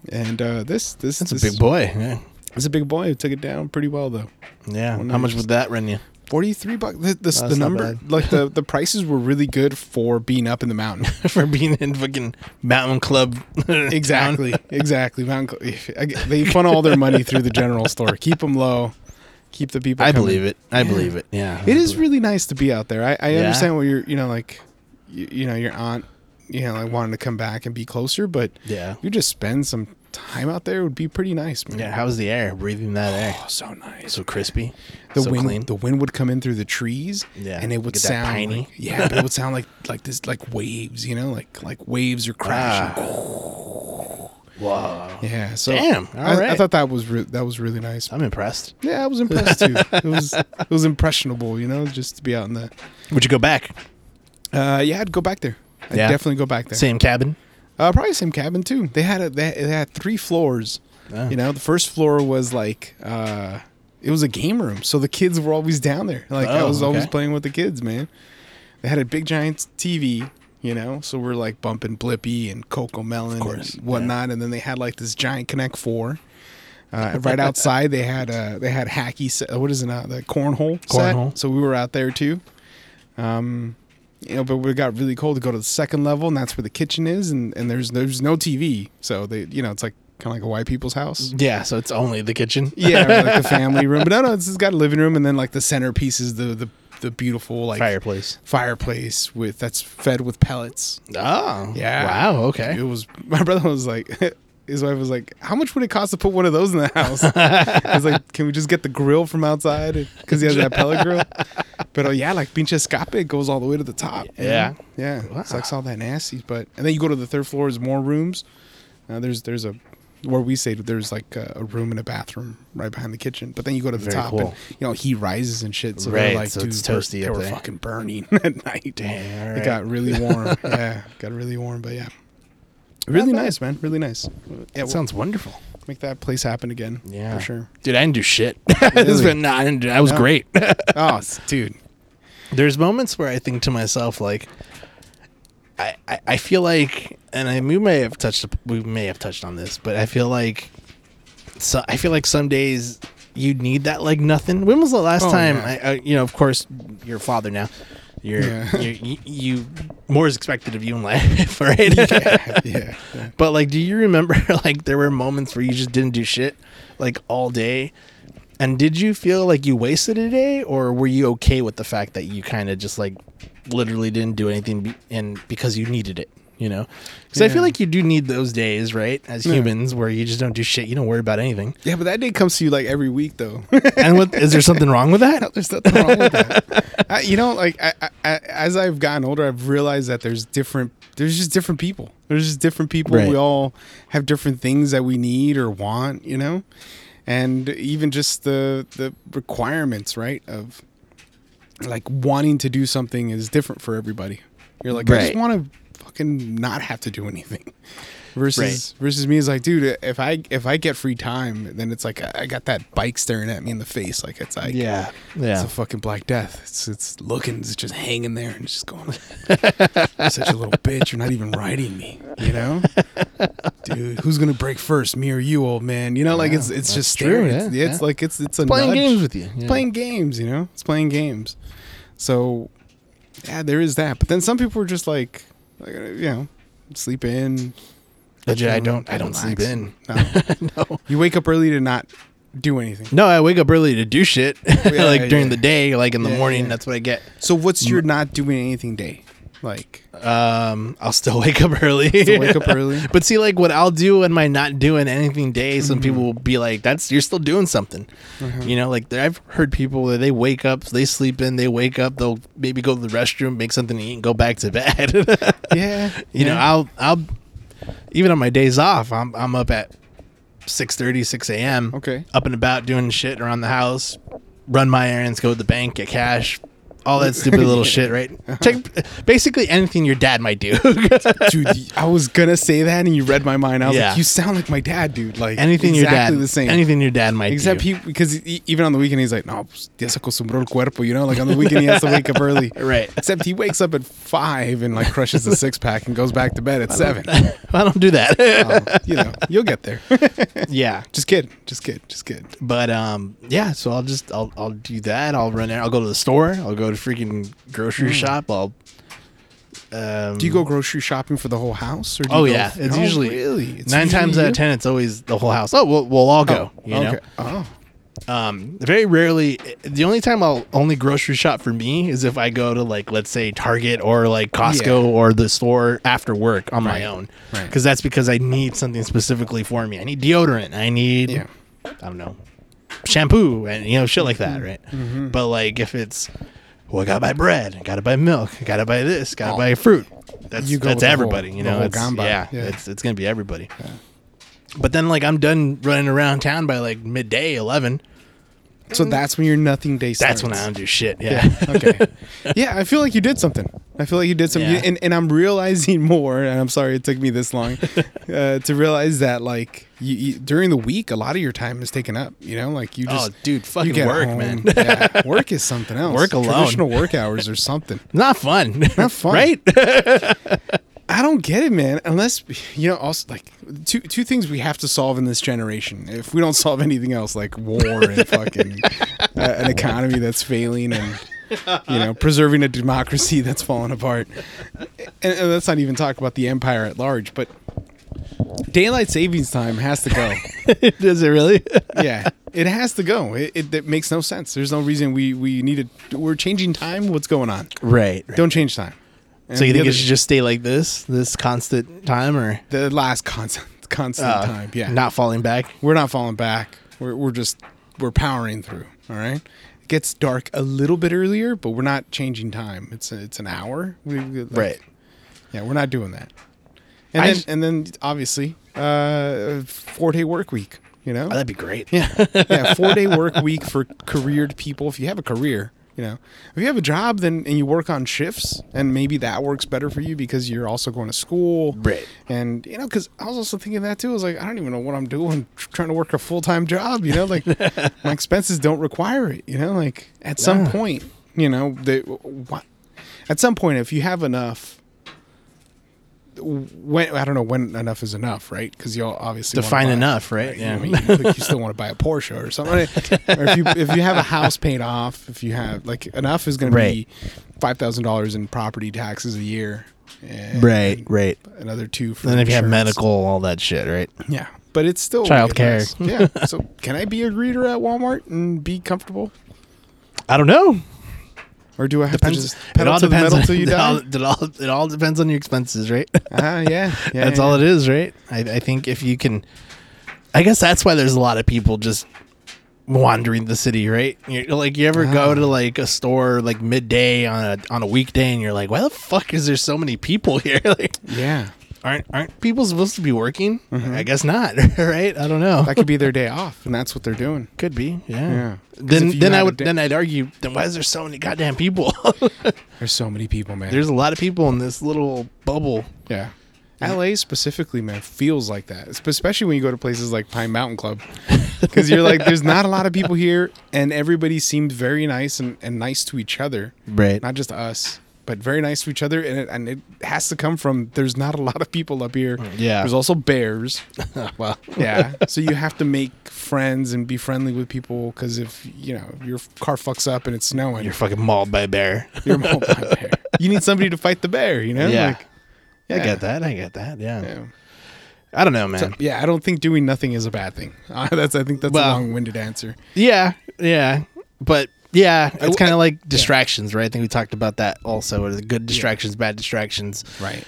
And uh, this this
That's
this,
a big boy. Yeah.
It's a big boy. It took it down pretty well though.
Yeah.
Well,
How much
nice.
would that run you?
Forty three bucks. The, the,
That's
the
not
number,
bad.
like the the prices were really good for being up in the mountain.
for being in fucking mountain club.
exactly, exactly. Mountain, Cl- I get- they funnel all their money through the general store. Keep them low. Keep the people.
I
coming.
believe it. I believe it. Yeah.
It is really nice to be out there. I, I
Yeah.
understand what you're, you know, like, you, you know, your aunt, you know, like wanting to come back and be closer, but
Yeah.
you just spend some time out there would be pretty nice, man.
Yeah. How's the air? Breathing that air.
Oh, so nice.
So crispy.
the
so
wind,
clean.
the wind would come in through the trees,
Yeah,
and it would
get that
sound,
piney.
like- yeah, but it would sound like like this, like waves, you know, like like waves are
Ah,
crashing.
wow.
Yeah, so
Damn,
I, I
alright. Uh.
thought that was re- that was really nice.
I'm impressed.
Yeah, I was impressed too. it was it was impressionable, you know, just to be out in the.
Would you go back?
Uh, yeah, I'd go back there. I'd
Yeah.
definitely go back there.
Same cabin.
Uh, probably same cabin too. They had a they had, they had three floors.
Oh.
You know, the first floor was like uh, it was a game room, so the kids were always down there. Like I
Oh,
was always
okay.
playing with the kids, man. They had a big giant TV, you know, so we're like bumping Blippy and Coco Melon
course,
and whatnot, and then they had like this giant Connect Four. Uh, right outside, they had uh, they had hacky. Set, what is it now? The cornhole.
Cornhole.
Set. So we were out there too you know, but we got really cold to go to the second level, and that's where the kitchen is, and, and there's there's no TV, so they you know it's like kind of like a white people's house.
Yeah. So it's only the kitchen.
Yeah, or like the family room, but no, no, it's, it's got a living room, and then like the centerpiece is the the, the beautiful like
Fireplace.
fireplace with that's fed with pellets.
Oh.
Yeah.
Wow.
It
Okay.
was my brother was like. His wife was like, "How much would it cost to put one of those in the house?" I was like, "Can we just get the grill from outside because he has that pellet grill?" But oh yeah, like pinche escape it goes all the way to the top. you know?
Yeah.
yeah, it sucks all that nasty. But and then you go to the third floor is more rooms. Uh, there's there's a where we stayed. There's like a, a room and a bathroom right behind the kitchen. But then you go to the
Very
top,
cool.
and you know he rises and shit. So
Right,
they're like,
so
dude,
it's
they're-
toasty
They
up
were
there.
fucking burning at night.
Damn, all
It
right.
got really warm. yeah, got really warm. But yeah, really
bad.
nice, man. Really nice. Yeah,
That sounds wonderful.
make that place happen again.
Yeah.
for sure.
Dude, I didn't do shit. This has
Really?
been- nah, I didn't do, I was great.
Oh, s- dude.
there's moments where I think to myself, like, I, I, I feel like, and I, we may have touched, we may have touched on this, but I feel like, so I feel like some days you need that like nothing. When was the last
Oh,
time?
yeah.
I, I, you know, of course, you're a father now. You're,
Yeah.
you're you, you more is expected of you in life, right?
Yeah, yeah.
But like, do you remember like there were moments where you just didn't do shit like all day? And did you feel like you wasted a day, or were you okay with the fact that you kind of just like literally didn't do anything be- and because you needed it? You know, because I
Yeah.
feel like you do need those days, right? As humans, where you just don't do shit, you don't worry about anything.
Yeah, but that day comes to you like every week though.
And what is there something wrong with that?
There's nothing wrong with that. I, you know, like I, I, I, as I've gotten older, I've realized that there's different. There's just different people. There's just different people.
Right.
We all have different things that we need or want. You know, and even just the the requirements, right? Of like wanting to do something is different for everybody. You're like, I just
Right.
want to fucking not have to do anything. Versus versus me is like, dude, if I if I get free time, then it's like I I got that bike staring at me in the face. Like it's like
Yeah.
It's
Yeah.
a fucking black death. It's it's looking, it's just hanging there and just going. Such a little bitch. You're not even riding me. You know, dude. Who's gonna break first, me or you, old man? You know, like it's it's just
true,
staring.
yeah,
it's, it's
yeah.
like it's it's a
playing
nudge.
games with you,
It's
yeah.
playing games. You know, it's playing games. So yeah, there is that. But then some people are just like, like uh, you know, sleep in.
Legit, I
you know,
don't. I don't sleep
relax.
in.
No. You wake up early to not do anything.
No, I wake up early to do shit. like
yeah,
during
yeah.
the day, like in the
Yeah,
morning.
yeah.
That's what I get.
So
Mm.
what's your not doing anything day? Like
Um, I'll still wake up early.
to wake up early.
But see, like what I'll do and my not doing anything day, some people
Mm-hmm.
will be like, "That's you're still doing something,"
Uh-huh.
you know. Like I've heard people where they wake up, they sleep in, they wake up, they'll maybe go to the restroom, make something to eat, and go back to bed.
Yeah.
you know,
yeah.
I'll I'll even on my days off, I'm I'm up at 6.30, 6 a.m.
Okay.
up and about doing shit around the house, run my errands, go to the bank, get cash. All that stupid little shit, right? Take basically anything your dad might do.
dude. y- I was gonna say that, and you read my mind. I was
Yeah.
like, you sound like my dad, dude. Like
anything
exactly
your dad,
the same.
Anything your dad might
Except
do.
he, because e- even on the weekend he's like, no, pues, ya se acostumbró el cuerpo, you know. Like on the weekend he has to wake up early,
Right.
Except he wakes up at five and like crushes the six pack and goes back to bed at seven.
I don't do that.
Um, you know, you'll get there.
yeah,
just kid, just kid, just kid.
but um, yeah. So I'll just I'll I'll do that. I'll run. out. I'll go to the store. I'll go to freaking
Hmm.
grocery shop. I'll. Um,
Do you go grocery shopping for the whole house, or do you
Oh
go-
yeah, it's
Oh,
usually
really It's
nine
usually
times out
you?
of ten. It's always the whole house. Oh, we'll, we'll all go.
Oh,
you know,
okay. Oh,
um, very rarely. The only time I'll only grocery shop for me is if I go to like let's say Target or like Costco
Yeah.
or the store after work on my own,
Right.
Because that's because I need something specifically for me. I need deodorant. I need,
Yeah.
I don't know, shampoo and you know shit like
Mm-hmm.
that, right? But like if it's, well, I gotta buy bread, I gotta buy milk, I gotta buy this, gotta buy fruit. That's
Oh. You go
that's
with the whole-
everybody, you
the
know.
whole
It's,
gamba.
yeah,
Yeah.
it's it's gonna be everybody. But then like I'm done running around town by like midday, eleven.
so that's when your nothing day.
That's
starts.
when I don't do shit. Yeah.
Yeah. Okay. yeah, I feel like you did something. I feel like you did something,
Yeah.
and, and I'm realizing more. And I'm sorry it took me this long uh, to realize that, like, you, you, during the week, a lot of your time is taken up. You know, like you
Oh,
just
dude,
you
fucking
get
work,
home.
man.
Yeah, work is something else.
Work alone.
traditional work hours or something.
Not fun.
Not fun.
right?
I don't get it, man. Unless you know, also like two two things we have to solve in this generation. If we don't solve anything else, like war and fucking uh, an economy that's failing and you know preserving a democracy that's falling apart, and, and let's not even talk about the empire at large. But daylight savings time has to go.
Does it really?
yeah, it has to go. It, it, it makes no sense. There's no reason we we need to. We're changing time. What's going on?
right.
Don't change time.
so
And
you
the
think
other-
it should just stay like this, this constant time, or
the last constant constant
uh,
time. Yeah,
not falling back?
we're not falling back. We're we're just we're powering through. All right. It gets dark a little bit earlier, but we're not changing time. It's a, it's an hour. We- we- like-
Right.
Yeah, we're not doing that. And
I
then
just-
and then obviously uh, four day work week. You know.
Oh, that'd be great.
Yeah, yeah. Four day work week for careered people. If you have a career, you know, if you have a job, then and you work on shifts, and maybe that works better for you because you're also going to school,
Right.
And you know, because I was also thinking that too. I was like, I don't even know what I'm doing, tr- trying to work a full time job. You know, like my expenses don't require it. You know, like at some
Yeah.
point, you know, they what. At some point, if you have enough, when I don't know when enough is enough, right? Because you'll obviously wanna
Define
buy-
enough, right?
yeah,
Yeah.
I mean, like, you still want to buy a Porsche or something. or if you if you have a house paid off, if you have like enough is going
Right.
to be five thousand dollars in property taxes a year, and
Right, right.
Another two for.
And then if you have
insurance.
medical, all that shit, right?
yeah, but it's still
Child care.
it's- Yeah, so can I be a greeter at Walmart and be comfortable,
I don't know.
or do I have
Depends.
to just pedal to the metal till you
it, all,
die?
it, all, it all depends on your expenses, right?
Ah, yeah, yeah,
that's
yeah.
all it is, right? I, I think if you can, I guess that's why there's a lot of people just wandering the city, right? you like you ever go to like a store like midday on a on a weekday, and you're like, why the fuck is there so many people here? like,
Yeah,
aren't aren't people supposed to be working? I guess not, right? I don't know.
Mm-hmm. That could be their day off, and that's what they're doing.
Could be, yeah.
Yeah. 'Cause if
Then
you
then
had
I
a
would
da-
then I'd argue. Then why is there so many goddamn people?
There's so many people, man.
There's a lot of people in this little bubble.
yeah. LA specifically, man, feels like that, Espe- especially when you go to places like Pine Mountain Club. Because you're like, there's not a lot of people here, and everybody seemed very nice and, and nice to each other.
Right.
Not just us, but very nice to each other. And it, and it has to come from there's not a lot of people up here.
Mm, Yeah.
There's also bears.
Well,
yeah. So you have to make friends and be friendly with people because if, you know, your car fucks up and it's snowing,
you're fucking mauled by a bear.
You're mauled by a bear. You need somebody to fight the bear, you know?
yeah.
Like,
I get that. I get that. Yeah.
yeah.
I don't know, man.
Yeah, I don't think doing nothing is a bad thing. Uh, that's I think that's
Well-
a long-winded answer.
yeah. Yeah. But Uh, yeah, it's
w-
kind of like distractions, right? I think we talked about that also. The good distractions, bad distractions.
Right.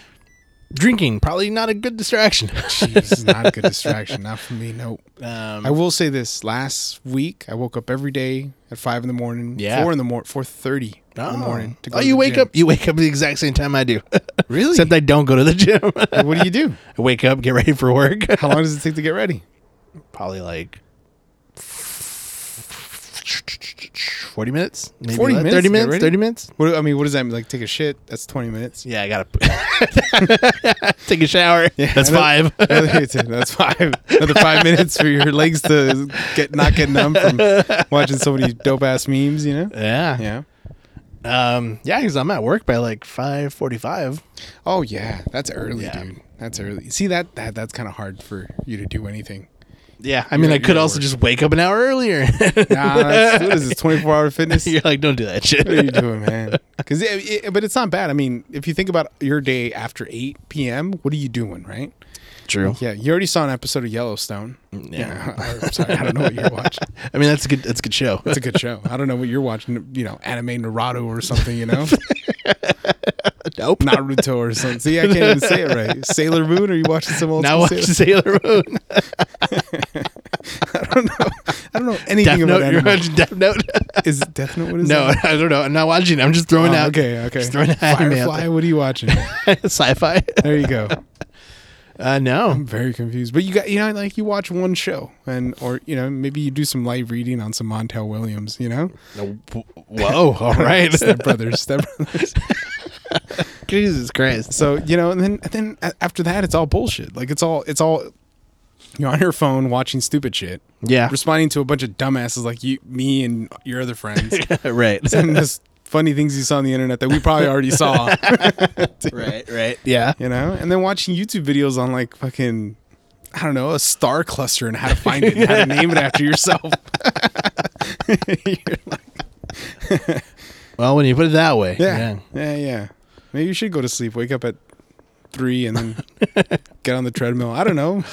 Drinking probably not a good distraction.
Jeez, not a good distraction. Not for me. Nope.
um,
I will say this: last week, I woke up every day at five in the morning,
Yeah.
four in the morning, four thirty in the
oh.
morning.
oh, you wake up. You wake up the exact same time I do.
Really?
Except I don't go to the gym.
up. What do you do?
I wake up, get ready for work.
How long does it take to get ready?
probably like 40 minutes maybe
40
less. 30
minutes to get
minutes
ready?
30 minutes
What I mean, what does that mean? Like take a shit? That's twenty minutes.
yeah i gotta take a shower that's
Another-
five
another- that's five. Another five minutes for your legs to get not get numb from watching so many dope ass memes. You know.
yeah
Yeah.
um yeah because i'm at work by like 5.45
Oh yeah, that's early,
Yeah.
dude. That's early. See that that that's kind of hard for you to do anything.
yeah i mean
You're-
i could
you're at
also
work.
just wake up an hour earlier
Nah, that's, what is this? Twenty four hour fitness.
you're like don't do that
What are you
shit
doing, man? Because but it's not bad. I mean, if you think about your day after eight p.m., what are you doing, right?
true
Yeah, you already saw an episode of Yellowstone.
Yeah.
Mm, Yeah, I'm sorry, I don't know what you're watching.
i mean that's a good that's a good show
It's a good show. I don't know what you're watching. You know, anime Naruto or something. You know,
nope
Naruto or something. See, I can't even say it right. Sailor Moon? Are you watching some old
now
school
watch
Sailor?
sailor moon
I don't know. I don't know anything
death
about
note you're
anime.
watching death note
Is it Death Note? What is
no
that?
i don't know i'm not watching it. i'm just throwing
Oh,
out
okay, okay.
just throwing out anime out
Firefly. What are you watching?
there. sci-fi
There you go.
uh no
I'm very confused. But you got you know like you watch one show and or you know maybe you do some light reading on some Montel Williams. You know,
Whoa! All right,
Step Brothers, Step Brothers.
Jesus Christ!
So you know, and then and then a- after that, it's all bullshit. Like it's all it's all you're on your phone watching stupid shit,
Yeah,
responding to a bunch of dumbasses like you, me, and your other friends,
right,
and this funny things you saw on the internet that we probably already saw.
right, right. Yeah,
you know, and then watching YouTube videos on like fucking, I don't know, a star cluster and how to find it, and how to name it after yourself.
Well, when you put it that way,
Yeah, yeah, yeah. Maybe you should go to sleep, wake up at three, and then get on the treadmill. I don't know,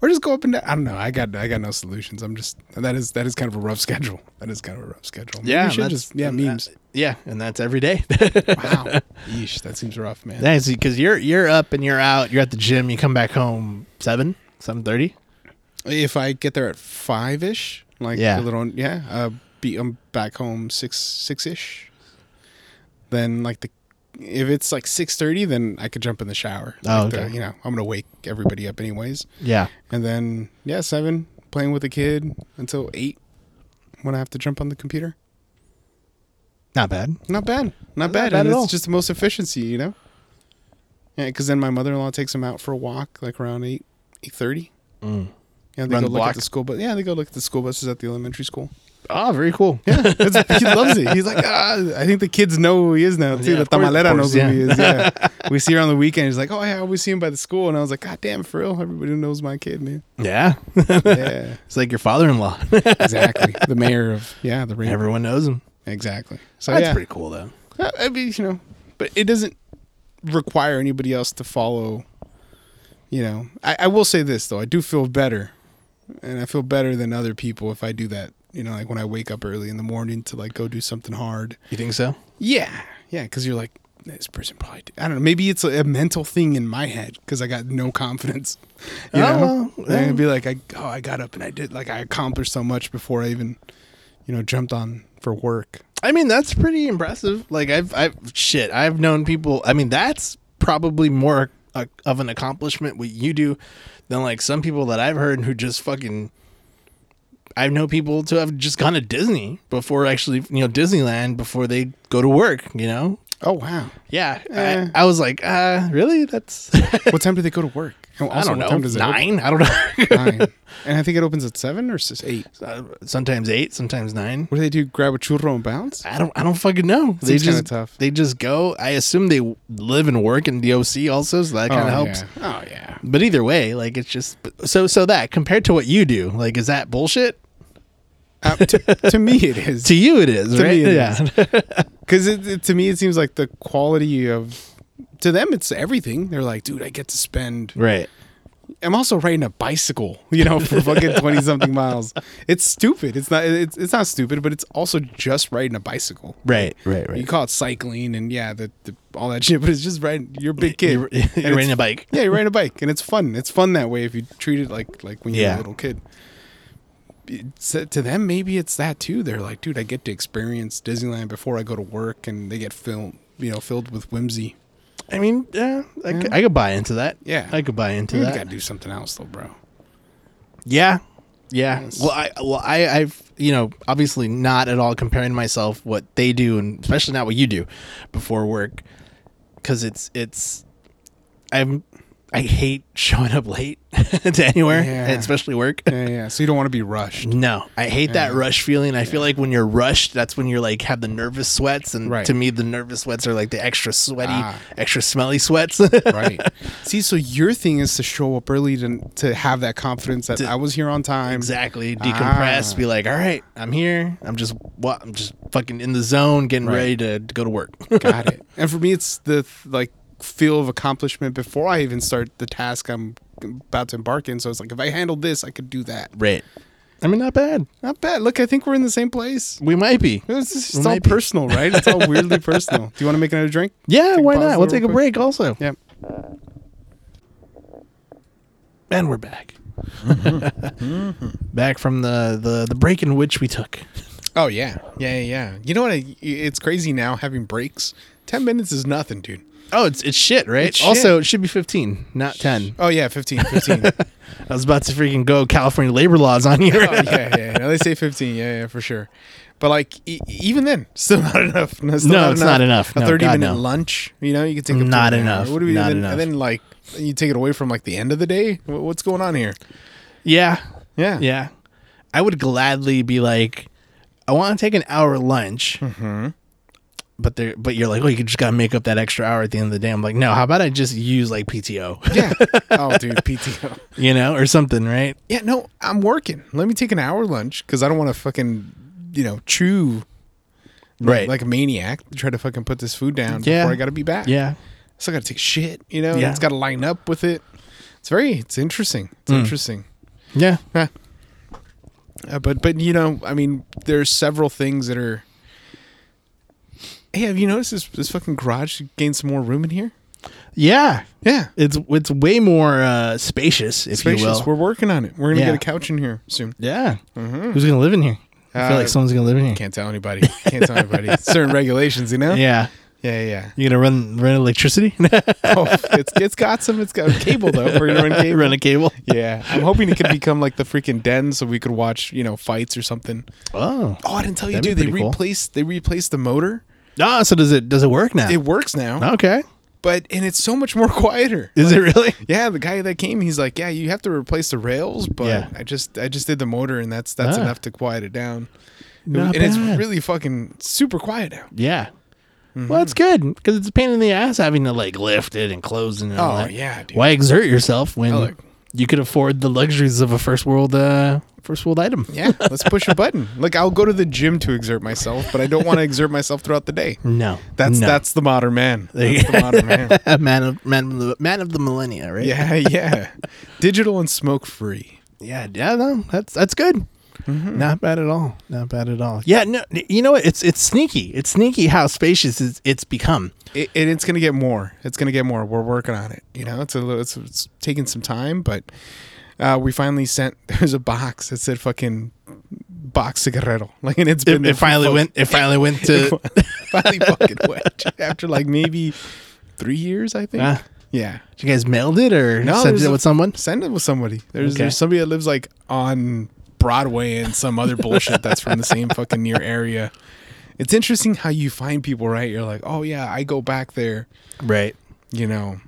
or just go up and down. I don't know. I got I got no solutions. I'm just that is that is kind of a rough schedule. That is kind of a rough schedule. Maybe
yeah.
we should
that's- uh,
just yeah
and
memes.
that- yeah, and that's every day.
Wow, Yeesh, that seems rough, man.
That's because you're you're up and you're out. You're at the gym. You come back home seven seven thirty.
if I get there at five ish, like
Yeah.
a little, yeah, uh, be I'm back home six six ish. Then like the, if it's like six thirty, then I could jump in the shower.
Oh,
Like the-
okay.
you know I'm gonna wake everybody up anyways,
Yeah,
and then yeah, seven playing with the kid until eight when I have to jump on the computer.
not bad.
Not bad, not bad,
bad at
and it's
all.
just the most efficiency, you know. Yeah, because then my mother in law takes them out for a walk like around eight eight thirty. Yeah, they
Mm. Run
go
the
look
block.
at the school bus. Yeah, they go look at the school buses at the elementary school.
Oh, very cool.
It's- he loves it. He's like, ah, I think the kids know who he is now too.
Yeah,
the
of course- of
tamalera
course,
knows who he
yeah.
is. Yeah, we see her on the weekend. He's like, oh yeah, I always see him by the school, and I was like, god damn, for real, everybody knows my kid, man.
Yeah,
Yeah,
it's like your father-in-law.
exactly. The mayor of yeah, the mayor.
Everyone knows him.
Exactly. So
That's
yeah,
pretty cool, though.
I- I mean, you know, but it doesn't require anybody else to follow. You know, I, I will say this though, I do feel better, and I feel better than other people if I do that. You know, like when I wake up early in the morning to like go do something hard.
You think so?
Yeah, yeah, because you're like this person probably. Did. I don't know. Maybe it's a, a mental thing in my head because I got no confidence. You know,
Oh, well,
and it'd be like, I oh, I got up and I did like I accomplished so much before I even, you know, jumped on for work.
I mean, that's pretty impressive. Like I've I've shit, I've known people I mean, that's probably more a, of an accomplishment what you do than like some people that I've heard who just fucking. I know people to have just gone to Disney before actually, you know, Disneyland before they go to work. You know,
Oh wow.
yeah.
Eh.
I, I was like, uh, really? That's
What time do they go to work? And
I
also,
don't
what
know.
time does it open?
Nine? I don't know.
Nine. And I think it opens at seven or s- eight.
Uh, sometimes eight, sometimes nine.
What do they do? Grab a churro and bounce?
I don't. I don't fucking know. They
Seems kinda
just
tough.
they just go. I assume they live and work in DOC also, so that kind of helps.
Yeah. Oh yeah.
But either way, like it's just so so that compared to what you do, like is that bullshit?
Uh, to, to me, it is.
To you, it is,
To
right?
me it
yeah,
Because it, it- to me, it seems like the quality of to them, it's everything. They're like, dude, I get to spend.
right.
I'm also riding a bicycle, you know, for fucking twenty something miles. It's stupid. It's not. It's, it's not stupid, but it's also just riding a bicycle.
Right, right,
You call it cycling, and yeah, the, the, all that shit. But it's just riding. You're a big kid.
You're,
and
you're
it's-
riding a bike.
Yeah, you're riding a bike, and it's fun. It's fun that way if you treat it like like when you're
Yeah.
a little kid. It's, uh, to them, maybe it's that too. They're like, dude, I get to experience Disneyland before I go to work, and they get filled, you know, filled with whimsy.
I mean, yeah, I, Could, I could buy into that.
Yeah.
I could buy into
You
that.
gotta do something else though, bro.
Yeah. Yeah.
Yes.
Well, I well I I've you know obviously not at all comparing myself what they do and especially not what you do before work because it's it's I'm I hate showing up late to anywhere
Yeah.
and especially work.
Yeah, yeah. So you don't want to be rushed.
No, I hate that rush feeling. I feel like when you're rushed, that's when you're like have the nervous sweats, and
Right.
to me, the nervous sweats are like the extra sweaty,
Ah.
extra smelly sweats.
Right. See, so your thing is to show up early to to have that confidence that I was here on time.
Exactly. Decompress.
Ah.
Be like, all right, I'm here. I'm just what I'm just fucking in the zone, getting
Right.
ready to, to go to work.
Got it. And for me, it's the th- like feel of accomplishment before I even start the task I'm about to embark in. So it's like if I handled this, I could do that.
right. I mean, not bad.
Not bad. Look, I think we're in the same place.
We might be.
It's, just-
We
it's all
might be.
personal, right? It's all weirdly personal. Do you want to make another drink?
Yeah.
Take
why
pause
not?
there
We'll
real
take a
quick.
break. Also,
Yeah.
and we're back.
Mm-hmm.
back from the, the the break in which we took.
Oh yeah, yeah, yeah. yeah. You know what? I, it's crazy now having breaks. Ten minutes is nothing, dude.
Oh, it's it's shit, right?
It's
also, it should be 15, not 10.
Oh yeah, 15, 15. oh,
I was about to freaking go California labor laws on you.
yeah, yeah, yeah. No, they say fifteen. Yeah, yeah, for sure. But like, e- even then, still not enough. No, still
No, it's not enough.
A
No,
thirty
God,
minute
no.
lunch. You know, you could take up to
Not
an hour.
enough.
What do we
Not
then,
enough.
And then like, you take it away from like the end of the day. Wh- What's going on here?
yeah.
Yeah,
Yeah. I would gladly be like, I want to take an hour lunch.
Mm-hmm.
But they're, but you're like, oh, you just gotta make up that extra hour at the end of the day. I'm like, no, how about I just use like PTO,
yeah. Oh, dude, PTO.
you know, or something, right?
Yeah, no, I'm working. Let me take an hour lunch because I don't want to fucking, you know, chew
Right.
like a maniac. Try to fucking put this food down
Yeah.
before I got to be back.
yeah,
still got to take shit. You know, and
Yeah.
it's got to line up with it. It's very, it's interesting.
Hmm.
It's interesting.
yeah,
Huh. Uh, but but you know, I mean, there's several things that are. Hey, have you noticed this this fucking garage gained some more room in here?
yeah.
Yeah,
It's it's way more uh, spacious, if you
spacious.
will.
We're working on it. We're gonna
Yeah.
get a couch in here soon.
yeah. Who's gonna live in here? I feel
Mm-hmm. Uh,
like someone's gonna live in here.
Can't tell anybody. Can't tell anybody. Certain regulations, you know.
Yeah.
yeah, yeah.
You gonna run run electricity?
yeah. Oh, it's it's got some. It's got cable though. We're gonna run cable.
run a cable?
yeah, I'm hoping it could become like the freaking den, so we could watch you know fights or something.
Oh.
Oh, I didn't tell you,
That'd be
dude. They
pretty cool.
replaced they replaced the motor.
Ah, so does it does it work now?
It works now,
okay.
but and it's so much more quieter.
Is it really?
Yeah, the guy that came, he's like, "Yeah, you have to replace the rails, but
Yeah.
I just I just did the motor, and that's that's
Ah.
enough to quiet it down."
Not
and
bad.
it's really fucking super quiet now.
Yeah. Well, that's good because it's a pain in the ass having to like lift it and close it. And all
Oh,
that.
yeah, dude.
Why exert yourself when
like-
you could afford the luxuries of a first world uh, first world item?
Yeah, let's push a button. Like I'll go to the gym to exert myself, but I don't want to exert myself throughout the day.
No,
That's
no.
that's the modern man. That's
you
the modern man.
man of man of the man of the millennia, right?
Yeah, yeah. Digital and smoke free.
yeah, yeah. No, that's that's good. Not bad at all. Not bad at all. Yeah, no. You know what? It's it's sneaky. It's sneaky how spacious it's, it's become.
it, and it's going to get more. It's going to get more. We're working on it. You know, it's a little, it's, it's taking some time, but uh, we finally sent. There's a box that said "fucking box cigarrero," like, and it's
It,
been
it finally went. It finally went to.
finally fucking went after like maybe three years, I think.
Ah.
Yeah.
Did you guys mailed it or
No,
sent
there's
it
a-
with someone?
Send it with somebody. There's,
Okay.
there's somebody that lives like on Broadway and some other bullshit that's from the same fucking near area. It's interesting how you find people, right? You're like, oh yeah, I go back there,
Right.
you know,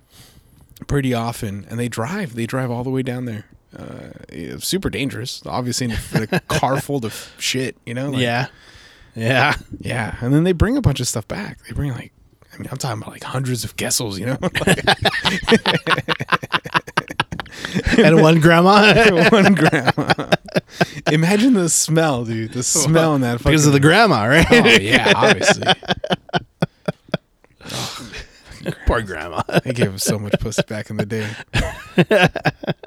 pretty often, and they drive. They drive all the way down there. Uh, it's super dangerous, obviously, in a, in a car full of shit. You know, like,
yeah. Yeah.
yeah. And then they bring a bunch of stuff back. They bring like, I mean, I'm talking about like hundreds of Gessels, you know,
and one grandma
one grandma. Imagine the smell, dude. The smell in that fucking.
because of the grandma, right?
oh yeah, obviously.
Poor grandma.
They gave him so much pussy back in the day.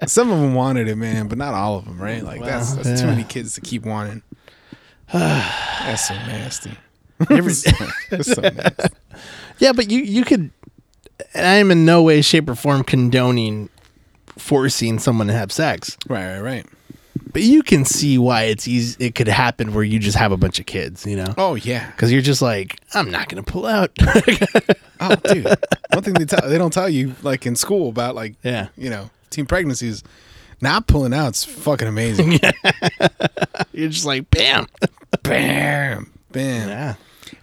Some of them wanted it, man, but not all of them, right? Like that's, that's too
yeah.
many kids to keep wanting. that's so nasty. That's so nasty.
Yeah, but you you could. And I am in no way, shape, or form condoning forcing someone to have sex,
Right, right, right.
but you can see why it's easy. It could happen where you just have a bunch of kids, you know.
Oh yeah.
Because you're just like, I'm not gonna pull out.
Oh, dude. One thing they tell they don't tell you like in school about like
Yeah.
you know teen pregnancies. Not pulling out's fucking amazing.
you're just like, bam.
Bam, bam.
Yeah.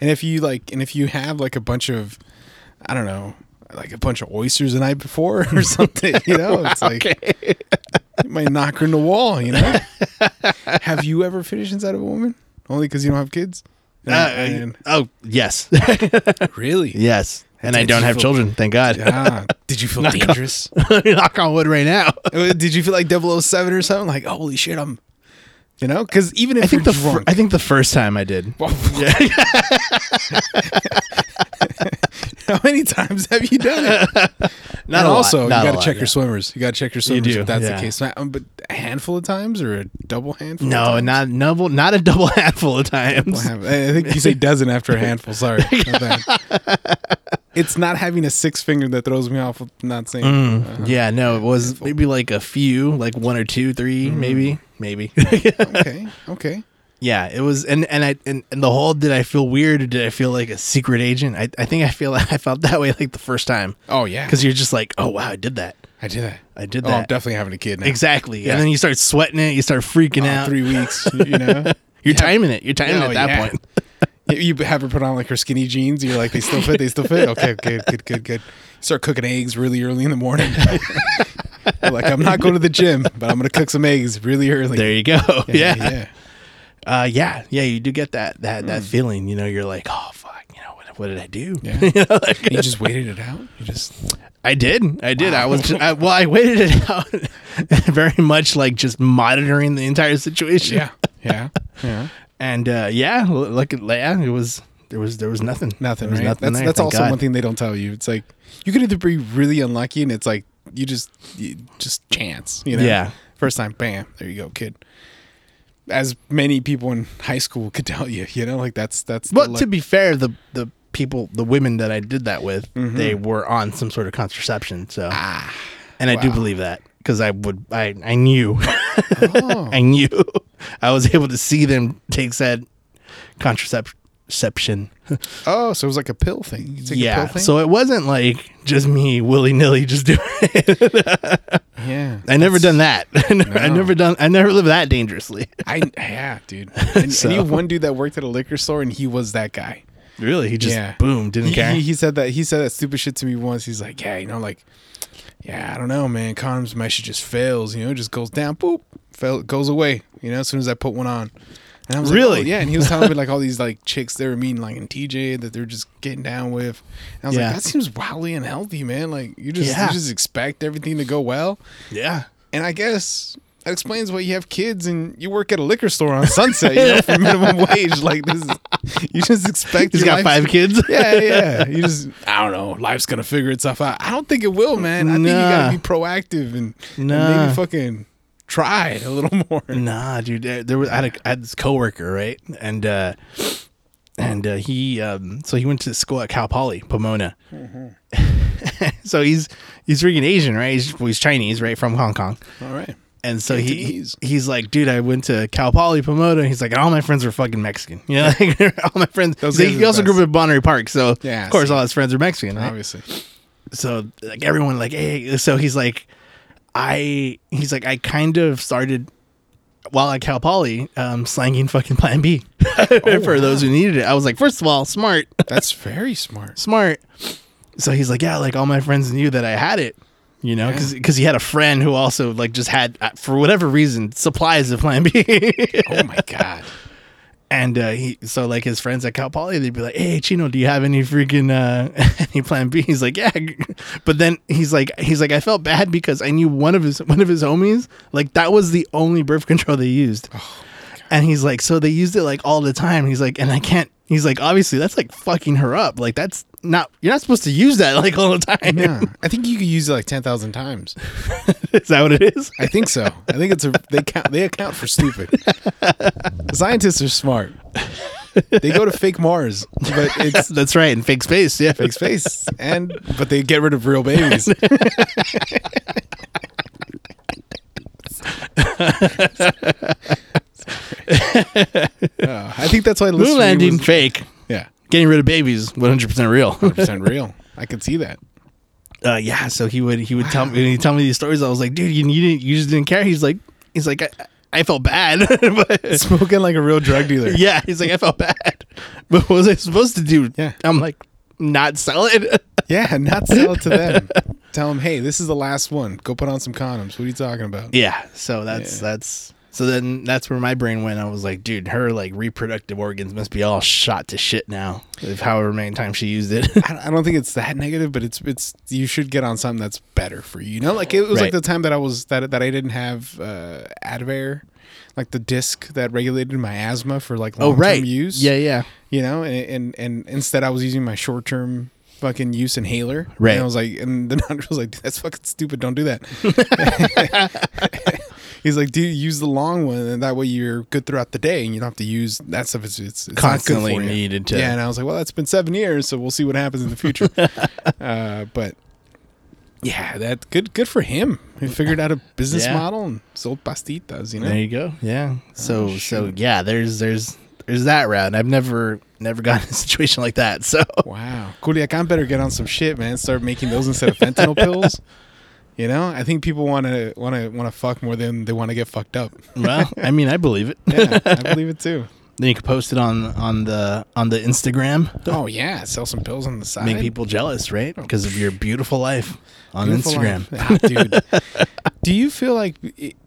And if you like, and if you have like a bunch of, I don't know, like a bunch of oysters the night before or something, you know, it's like you might knock her in the wall, you know. have you ever finished inside of a woman? Only because you don't have kids.
Uh,
And-
oh yes,
and- really?
yes. And I
Did
don't
you
have
feel-
children, thank God.
Ah, did you feel dangerous?
Knock on wood right now.
Uh, did you feel like 007 or something? Like, holy shit, I'm, you know, because even if
I think
you're
the fir-
drunk,
I think the first time I did.
how many times have you done it?
Not
and
a lot,
also,
not a
you got
lot,
to check
yeah.
your swimmers. You got to check your swimmers
do,
if that's
yeah.
the case. Not- um, but a handful of times or a double handful? of
No,
times?
not double, not a double handful of times.
Have- I I think you say dozen after a handful. Sorry. My bad. it's not having a six finger that throws me off. with Not saying.
Yeah, no, it was maybe like a few, like one or two, three,
Mm-hmm.
maybe, maybe.
Okay. Okay.
yeah, it was, and and I and, and the whole did I feel weird or did I feel like a secret agent? I, I think I feel I felt that way like the first time
Oh yeah.
because you're just like, oh wow, I did that,
I did that.
I did
Oh, I'm
that
definitely having a kid now.
exactly,
Yeah.
and then you start sweating it, you start freaking
Oh,
out.
Three weeks. You know.
You're timing it, you're timing it
Oh,
at that
yeah.
point.
You you have her put on like her skinny jeans. You're like, they still fit. They still fit. Okay, good, good, good, good. Start cooking eggs really early in the morning. You're like, I'm not going to the gym, but I'm going to cook some eggs really early.
There you go. Yeah, yeah,
yeah. Mm.
Uh, yeah, yeah. You do get that that that feeling, you know. You're like, oh fuck, you know, what, what did I do?
Yeah.
You know, like-
You just waited it out. You just
I did. I did. I was just, I, well, I waited it out very much like just monitoring the entire situation.
yeah, yeah, yeah.
And uh, yeah, l- look at yeah, it was there was there was nothing.
Nothing.
There was
Right? that's
there,
that's
thank
also
God.
one thing they don't tell you. It's like you could either be really unlucky and it's like you just you, just chance. You know.
Yeah.
First time, bam, there you go, kid. As many people in high school could tell you, you know, like that's that's. the
But
luck-
to be fair, the the people, the women that I did that with,
Mm-hmm.
they were on some sort of contraception. So, and I do
Ah, wow.
believe that because I would I I knew
oh,
I knew I was able to see them take said contraception.
Oh, so it was like a pill thing. You take a pill
yeah.
thing?
So it wasn't like just me willy nilly just doing it.
yeah,
I never done that. I never, I
No.
never done. I never lived that dangerously.
I yeah, dude. I,
So-
I knew one dude that worked at a liquor store, and he was that guy.
Really, he just
yeah.
boom didn't
He-
care.
He, he said that he said that stupid shit to me once. He's like, yeah, you know, like, yeah, I don't know, man. Condoms, my shit just fails. You know, it just goes down, boop, fell, goes away. You know, as soon as I put one on. And I was like,
Really?
"Oh," yeah. And he was telling me like all these like chicks they were meeting like in TJ that they're just getting down with. And I was
Yeah.
like, that seems wildly unhealthy, man. Like you just
Yeah.
you just expect everything to go well.
yeah,
And I guess that explains why you have kids and you work at a liquor store on Sunset, you know, for minimum wage. Like this, is, you just expect.
he's
your
got
life-
five kids.
Yeah, yeah. You just, I don't know. Life's gonna figure itself out. I don't think it will, man. I think you
Nah.
gotta be proactive and, and
Nah.
maybe fucking try it a little more.
Nah, dude. There, there was I had, a, I had this coworker, right, and uh, and uh, he um, so he went to school at Cal Poly Pomona. so he's he's freaking Asian, right? He's, well, he's Chinese, right, from Hong Kong.
All right.
And so he,
Cantonese.
he's like, dude, I went to Cal Poly Pomona. And he's like, all my friends were fucking Mexican. You know, like, all my friends.
Those
They-
guys are
he
the
also grew up
best.
in Bonnery Park. So,
Yeah,
of course,
so-
all his friends are Mexican. Right?
Obviously.
so like everyone like hey so he's like i he's like i kind of started while at cal poly um slanging fucking plan b
Oh,
for those who needed it i was like first of all smart
That's very smart.
smart so he's like yeah like all my friends knew that i had it you know because he had a friend who also like just had uh, for whatever reason supplies of plan b
Oh my god.
And uh, he, so like his friends at Cal Poly, they'd be like, "Hey, Chino, do you have any freaking uh, any Plan B?" He's like, "Yeah," but then he's like, he's like, I felt bad because I knew one of his one of his homies, like that was the only birth control they used,
Oh,
and he's like, so they used it like all the time. He's like, and I can't. He's like, obviously that's like fucking her up. Like that's not you're not supposed to use that like all the time.
Yeah. I think you could use it like ten thousand times.
is that what it is?
I think so. I think it's a they count they account for stupid. Scientists are smart. They go to fake Mars, but it's
That's right. In fake space, yeah.
fake space, and but they get rid of real babies. Uh, Uh, I think that's why
Moon
Listerine
landing
was-
fake.
yeah,
Getting rid of babies, 100% real.
percent real. I could see that.
uh, yeah, so he would he would tell me he tell me these stories. I was like, dude, you, you didn't you just didn't care. He's like he's like I, I felt bad, but
Smoking like a real drug dealer.
yeah, he's like I felt bad, but what was I supposed to do?
Yeah.
I'm like not sell it.
Yeah, not sell it to them. Tell them, hey, this is the last one. Go put on some condoms. What are you talking about?
yeah, so that's that's so then that's where my brain went. I was like, dude, her like reproductive organs must be all shot to shit now. If however many times she used it.
I I don't think it's that negative, but it's it's you should get on something that's better for you. You know, like it was
Right.
like the time that I was that that I didn't have uh, Advair, like the disc that regulated my asthma for like long term use.
Oh, Yeah, yeah.
you know, and, and and instead I was using my short term fucking use inhaler.
Right.
And I was like, and the doctor was like, "Dude, that's fucking stupid. Don't do that. He's like, dude, use the long one, and that way you're good throughout the day, and you don't have to use that stuff. It's, it's, it's not good
Constantly
for you.
needed to-
Yeah, and I was like, well, that's been seven years, so we'll see what happens in the future. uh, but yeah, that good good for him. He figured out a business
Yeah.
model and sold pastitas. You know,
There you go. Yeah. So so yeah, there's there's there's that route. I've never never gotten in a situation like that. So
Wow. Culiacan better get on some shit, man. Start making those instead of fentanyl pills. You know, I think people want to want to want to fuck more than they want to get fucked up.
well, I mean, I believe it.
Yeah, I believe it too.
Then you can post it on on the on the Instagram.
Oh yeah, sell some pills on the side.
Make people jealous, right? Because of your beautiful life on
Oh. Beautiful
Instagram.
life. Ah, dude. Do you feel like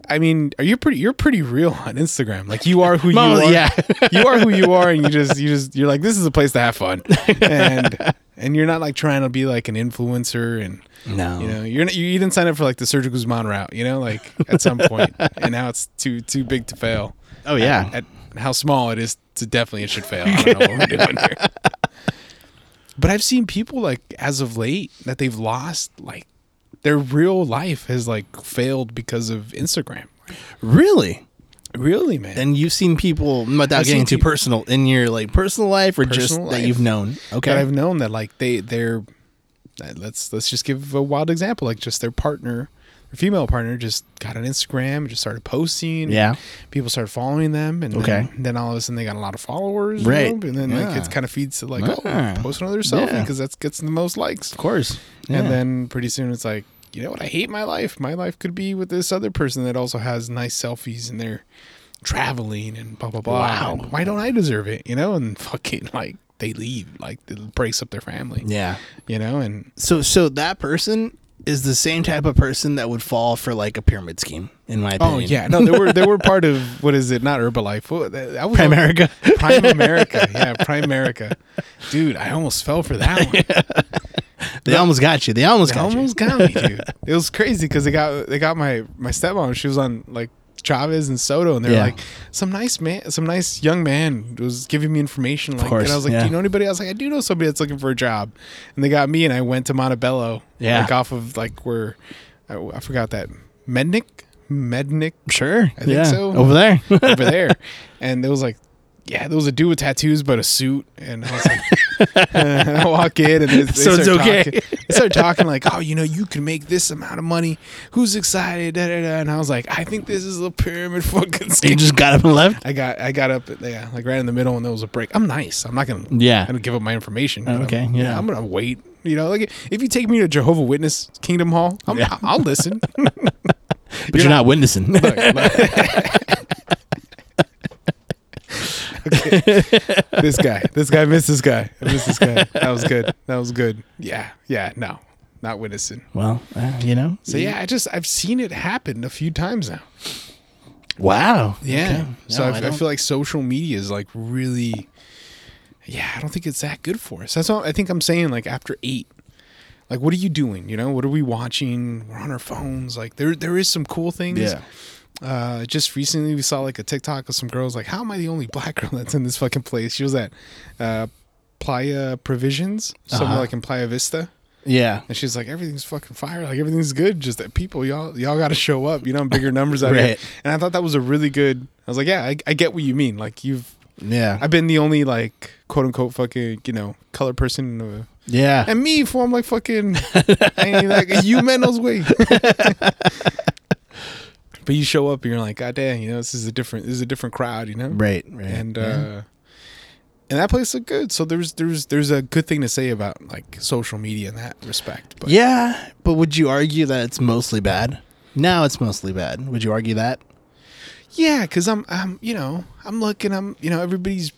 I mean, are you pretty you're pretty real on Instagram. Like you are who you
Mom,
are.
yeah.
you are who you are and you just you just you're like this is a place to have fun. And and you're not like trying to be like an influencer and
No.
You know, you're not, you, you didn't sign up for like the Sergio Guzman route, you know, like at some point, and now it's too too big to fail.
Oh yeah.
At how small it is to definitely it should fail. I don't know what we're doing here. But I've seen people like as of late that they've lost like their real life has like failed because of Instagram.
really?
Really, man.
And you've seen people without
I've seen
getting too
people-
personal in your like personal life or just
Personal
that
life.
you've known.
that I've
Okay.
known that like they they're uh, let's let's just give a wild example like just their partner their female partner just got on Instagram and just started posting
Yeah.
people started following them and
Okay.
then, then all of a sudden they got a lot of followers
Right.
you know, and then like
Yeah.
it kind of feeds to like
Yeah.
oh post another selfie
Yeah.
because that's gets the most likes
Of course.
and then pretty soon it's like you know what I hate my life my life could be with this other person that also has nice selfies and they're traveling and blah blah blah
Wow.
And why don't I deserve it you know and fucking like they leave like it breaks up their family
yeah.
you know and
So so that person is the same type of person that would fall for like a pyramid scheme, in my opinion.
oh yeah no they were they were part of what is it not Herbalife what, that, that was
Prime America.
Prime America. Yeah, Prime America. Dude, I almost fell for that one.
They almost got you. They almost
It
got you.
almost got me, dude. It was crazy because they got they got my my stepmom. She was on like Chavez and Soto, and they're
Yeah.
like some nice man, some nice young man was giving me information. Like,
course,
and I was like,
yeah.
"Do you know anybody?" I was like, "I do know somebody that's looking for a job," and they got me, and I went to Montebello,
Yeah.
like off of like where I, I forgot that Mednick, Mednick,
Sure. I
think so.
Over there.
over there. And there was like, yeah, there was a dude with tattoos, but a suit. And I was like, and I walk in and they, they
So it's
start
okay.
Talking, they start talking like, oh, you know, you can make this amount of money. Who's excited? Da, da, da. And I was like, I think this is a pyramid fucking
you
scheme.
just got up and left?
I got I got up yeah like right in the middle and there was a break. I'm nice. I'm not gonna
Yeah. Oh,
I'm gonna give up my information.
Okay,
I'm,
yeah.
I'm gonna wait You know, like if you take me to Jehovah Witness Kingdom Hall, I'm,
Yeah.
I'll listen.
but you're, not, witnessing.
this guy, this guy, miss this guy, I miss this guy. That was good. That was good. Yeah, yeah. No, not witnessing.
well, uh, you know.
So yeah, I just I've seen it happen a few times now.
Wow.
Yeah.
Okay.
So
No,
I, I,
don't-
feel like social media is like really, yeah, I don't think it's that good for us. That's all I think I'm saying. Like after eight, like what are you doing? You know, what are we watching? We're on our phones. Like there, there is some cool things.
Yeah.
Uh, just recently we saw like a TikTok of some girls like, how am I the only black girl that's in this fucking place? She was at, uh, Playa Provisions, somewhere
Uh-huh.
like in Playa Vista.
Yeah.
And she's like, everything's fucking fire. Like everything's good. Just that people, y'all, y'all got to show up. You know, in bigger numbers out here.
Right.
And I thought that was a really good. I was like, yeah, I, I get what you mean. Like you've,
Yeah.
I've been the only like quote unquote fucking you know color person, in the-
yeah.
and me for I'm like fucking, I ain't like you mental's way. but you show up and you're like, god damn, you know, this is a different, this is a different crowd, you know
right. Right.
and
yeah.
uh and that place looked good so there's there's there's a good thing to say about like social media in that respect but
yeah, but would you argue that it's mostly bad? Now it's mostly bad. Would you argue that?
yeah because i'm i'm you know i'm looking i'm you know everybody's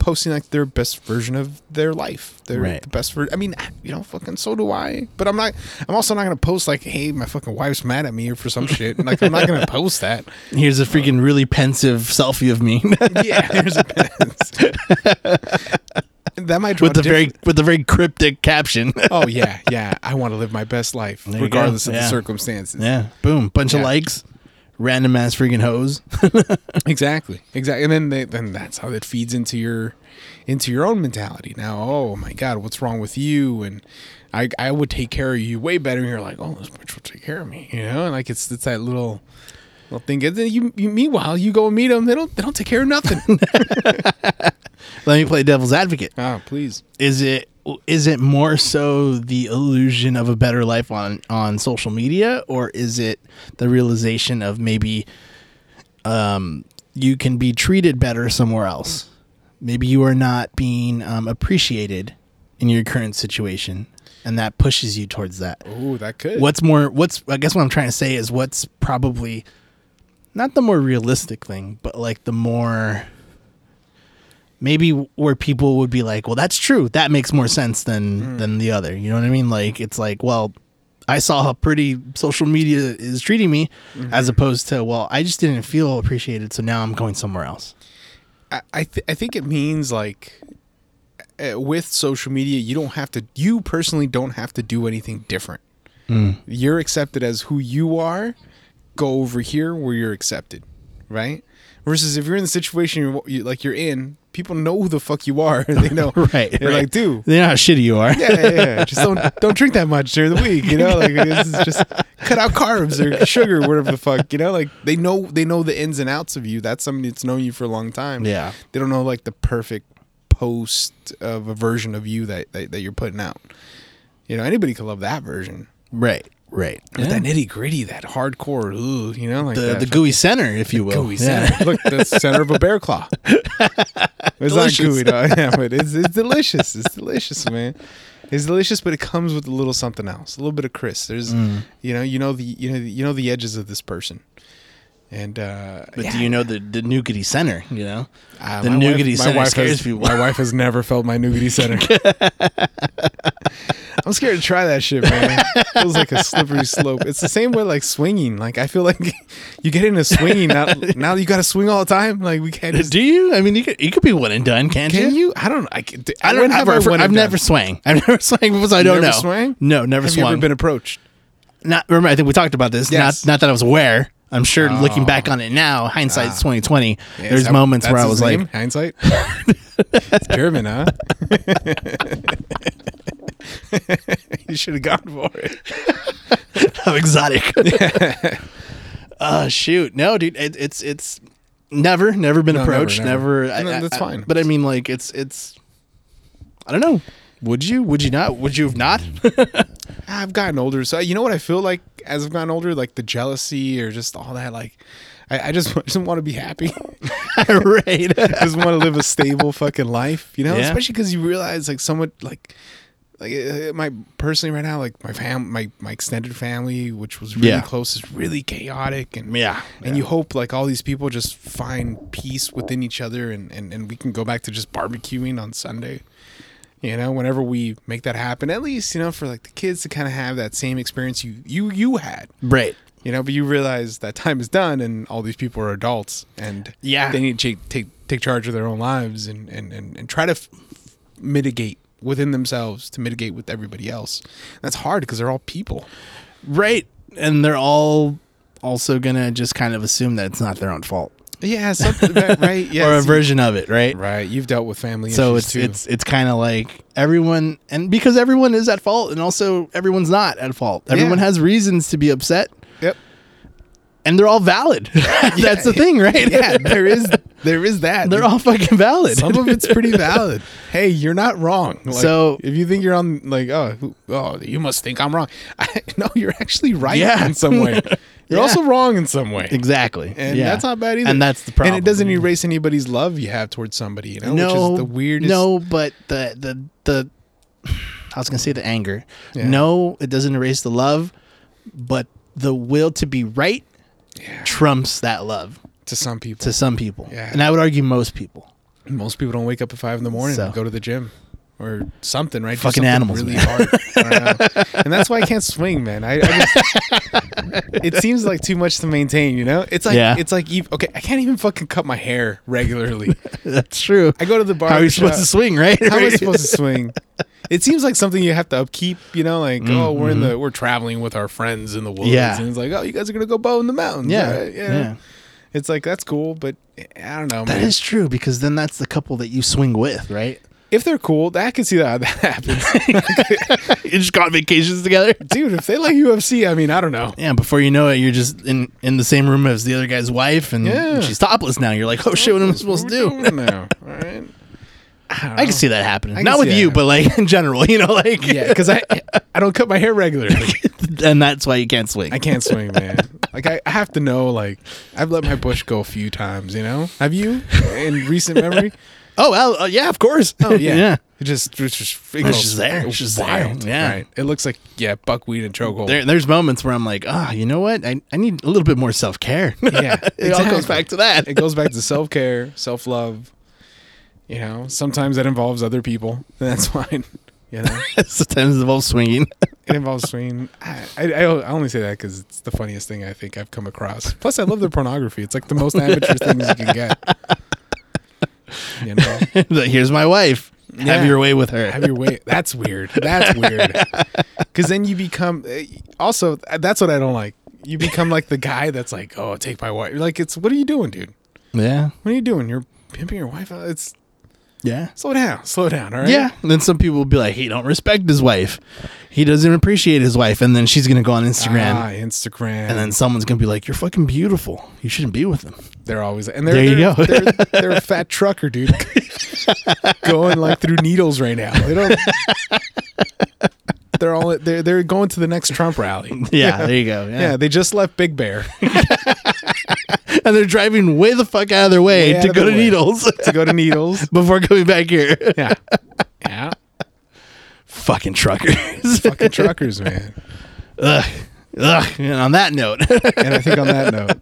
posting like their best version of their life their
Right.
the best ver- i mean you know fucking so do i but i'm not i'm also not gonna post like hey my fucking wife's mad at me or for some shit like i'm not gonna post that
Here's a freaking really pensive selfie of me with
yeah there's a that might draw
the
different-
very with the very cryptic caption.
oh yeah yeah i want to live my best life
you go.
regardless of the
Yeah.
circumstances
yeah. Boom. Bunch
Yeah.
of likes. Random ass freaking hose.
Exactly. Exactly. And then they, then that's how it feeds into your into your own mentality. Now, oh my God, what's wrong with you? And I I would take care of you way better. And you're like, oh, this bitch will take care of me. You know, and like it's it's that little little thing. And then you, you meanwhile you go and meet them. They don't they don't take care of nothing.
Let me play devil's advocate.
ah, please.
Is it is it more so the illusion of a better life on on social media or is it the realization of maybe um you can be treated better somewhere else? Maybe you are not being um, appreciated in your current situation and that pushes you towards that.
Oh, that could.
what's more what's i guess what i'm trying to say is what's probably not the more realistic thing but like the more maybe where people would be like well that's true that makes more sense than
Hmm.
than the other you know what i mean like it's like well i saw how pretty social media is treating me
Mm-hmm.
as opposed to well i just didn't feel appreciated so now i'm going somewhere else
I I, th- I think it means like uh, with social media, you don't have to. You personally don't have to do anything different.
Hmm.
You're accepted as who you are. Go over here where you're accepted, right? Versus if you're in the situation you're, you, like you're in, people know who the fuck you are. they know,
right
They're
right.
like, dude.
they know how shitty you are
Yeah, yeah, yeah. Just don't don't drink that much during the week, you know. Like this is just cut out carbs or sugar, whatever the fuck, you know. Like they know they know the ins and outs of you. That's somebody that's known you for a long time
yeah
they don't know like the perfect post of a version of you that that, that you're putting out. You know, anybody could love that version.
right right
But that nitty gritty, that hardcore, ooh, you know, like
the,
that
the gooey center if you will
gooey
Yeah.
center. Look, the center of a bear claw. It's
Delicious.
not gooey, dog. Yeah, but it's it's delicious. It's delicious, man. It's delicious, but it comes with a little something else, a little bit of crisp. There's,
Mm.
you know, you know the you know the, you know the edges of this person, and uh,
But
yeah.
do you know the the nougaty center? You know,
Uh,
the
my wife-
nougaty
my
center
wife
scares
has,
people.
My wife has never felt my nougaty center. I'm scared to try that shit, man. It feels like a slippery slope. It's the same way like swinging. Like I feel like you get into swinging now. Now you got to swing all the time. Like we can't. Just,
do you? I mean, you could, you could be one and done, can't
can
you?
you? I don't. I, can,
I don't.
when
I've,
I
I've,
went and done?
never swang. I've never swang because I don't
never
know.
swang?
No, never
Have you
swung.
ever been approached?
Not remember. I think we talked about this.
Yes.
Not not that I was aware. I'm sure looking
Oh.
back on it now, hindsight's 2020.
Yeah,
there's
that-
moments where
that's
I
his
was
name?
like,
hindsight. It's German, huh? you should have gone for it.
how exotic. uh shoot, no, dude, it, it's it's never never been
No, never,
approached.
never.
Never.
No,
I- I-
that's
I-
fine.
but I mean, like, it's it's. I don't know. Would you? Would you not? Would you have not?
I've gotten older, so you know what I feel like as I've gotten older, like the jealousy or just all that. Like, I, I just I just want to be happy.
right.
I just want to live a stable fucking life, you know.
Yeah.
Especially because you realize like someone like like uh, my personally right now, like my fam, my my extended family, which was really
Yeah.
close, is really chaotic, and
Yeah,
and you hope like all these people just find peace within each other, and and and we can go back to just barbecuing on Sunday. You know, whenever we make that happen, at least you know for like the kids to kind of have that same experience you you you had.
Right.
You know, but you realize that time is done, and all these people are adults, and
Yeah.
they need to take take, take charge of their own lives and and and, and try to f- mitigate within themselves to mitigate with everybody else. That's hard because they're all people.
Right. And they're all also going to just kind of assume that it's not their own fault
Yeah, something that, right? Yeah,
or a
see-
version of it, right?
right. You've dealt with family
So
issues
it's
too.
it's it's kind of like everyone and because everyone is at fault and also everyone's not at fault. Everyone has reasons to be upset
yep.
and they're all valid. That's the thing, right?
Yeah, there is there is that.
they're all fucking valid.
some of it's pretty valid. Hey, you're not wrong. Like,
So-
if you think you're on, like, oh, who- oh, you must think I'm wrong. I, no, you're actually right
Yeah.
in some way. You're
Yeah.
also wrong in some way,
exactly.
and
Yeah.
that's not bad either.
And that's the problem.
And it doesn't erase anybody's love you have towards somebody. You know,
no,
which is the weirdest.
No, but the the the I was gonna say the anger.
Yeah.
No, it doesn't erase the love, but the will to be right trumps that love
to some people,
to some people,
Yeah.
and I would argue most people.
most people don't wake up at five in the morning
So.
and go to the gym or something, right? Do
Fucking
something
animals,
really
man.
hard. I don't know. and that's why I can't swing, man. I, I just, it seems like too much to maintain, you know? It's like
Yeah.
it's like ev- okay, I can't even fucking cut my hair regularly.
That's true.
I go to the bar.
How are you supposed to swing, right?
How am I supposed to swing? It seems like something you have to upkeep, you know, like oh, we're in the we're traveling with our friends in the woods,
Mm-hmm. Yeah.
and it's like oh, you guys are gonna go bow in the mountains,
Yeah,
right?
yeah,
It's like that's cool, but I don't know.
That
man.
is true because then that's the couple that you swing with, right?
if they're cool, I can see that how that happens.
you just got vacations together.
dude, if they like UFC, I mean, I don't know.
Yeah, before you know it, you're just in in the same room as the other guy's wife, and
Yeah.
she's topless now. You're like, oh shit, what am I supposed to do?
now? All right.
I can see that happening.
can
Not
see
with
that
you, but like in general, you know, like
Yeah, because I I don't cut my hair regularly.
and that's why you can't swing.
I can't swing, man. Like I, I have to know. Like I've let my bush go a few times. You know, have you in recent memory?
Oh well, uh, yeah, of course.
Oh yeah,
yeah.
It just it's just it
It's
goes
just there. It's just there.
wild.
Yeah.
right. It looks like yeah, buckwheat and chokehold.
There, there's moments where I'm like, ah, you know what? I, I need a little bit more self care.
Yeah,
it all goes back to that.
it goes back to self care, self love. You know, sometimes that involves other people. That's fine. You know.
Sometimes it involves swinging.
It involves swinging. I, I, I only say that because it's the funniest thing I think I've come across. Plus, I love the pornography. It's like the most amateur things you can get. You know,
Like, Here's my wife.
Yeah.
Have your way with her.
have your way. That's weird. That's weird. Because then you become. eh, Also, that's what I don't like. You become like the guy that's like, "Oh, take my wife." You're like, "It's what are you doing, dude?
yeah,
What are you doing? You're pimping your wife out. It's
yeah,
slow down, slow down. All right.
yeah. And then some people will be like, he don't respect his wife. He doesn't appreciate his wife. And then she's gonna go on Instagram,
Ah, Instagram.
and then someone's gonna be like, you're fucking beautiful. You shouldn't be with him.
They're always and they're,
There you
they're,
go.
they're, they're a fat trucker, dude, going like through needles right now. They don't. They're all they're they're going to the next Trump rally.
Yeah, there you go. Yeah.
Yeah, they just left Big Bear
and they're driving way the fuck out of their way
Way out
to
of
go
their
to
way.
Needles
to go to Needles.
before coming back here.
Yeah, yeah,
Fucking truckers.
fucking truckers, man.
Ugh. Ugh. And on that note,
And I think on that note,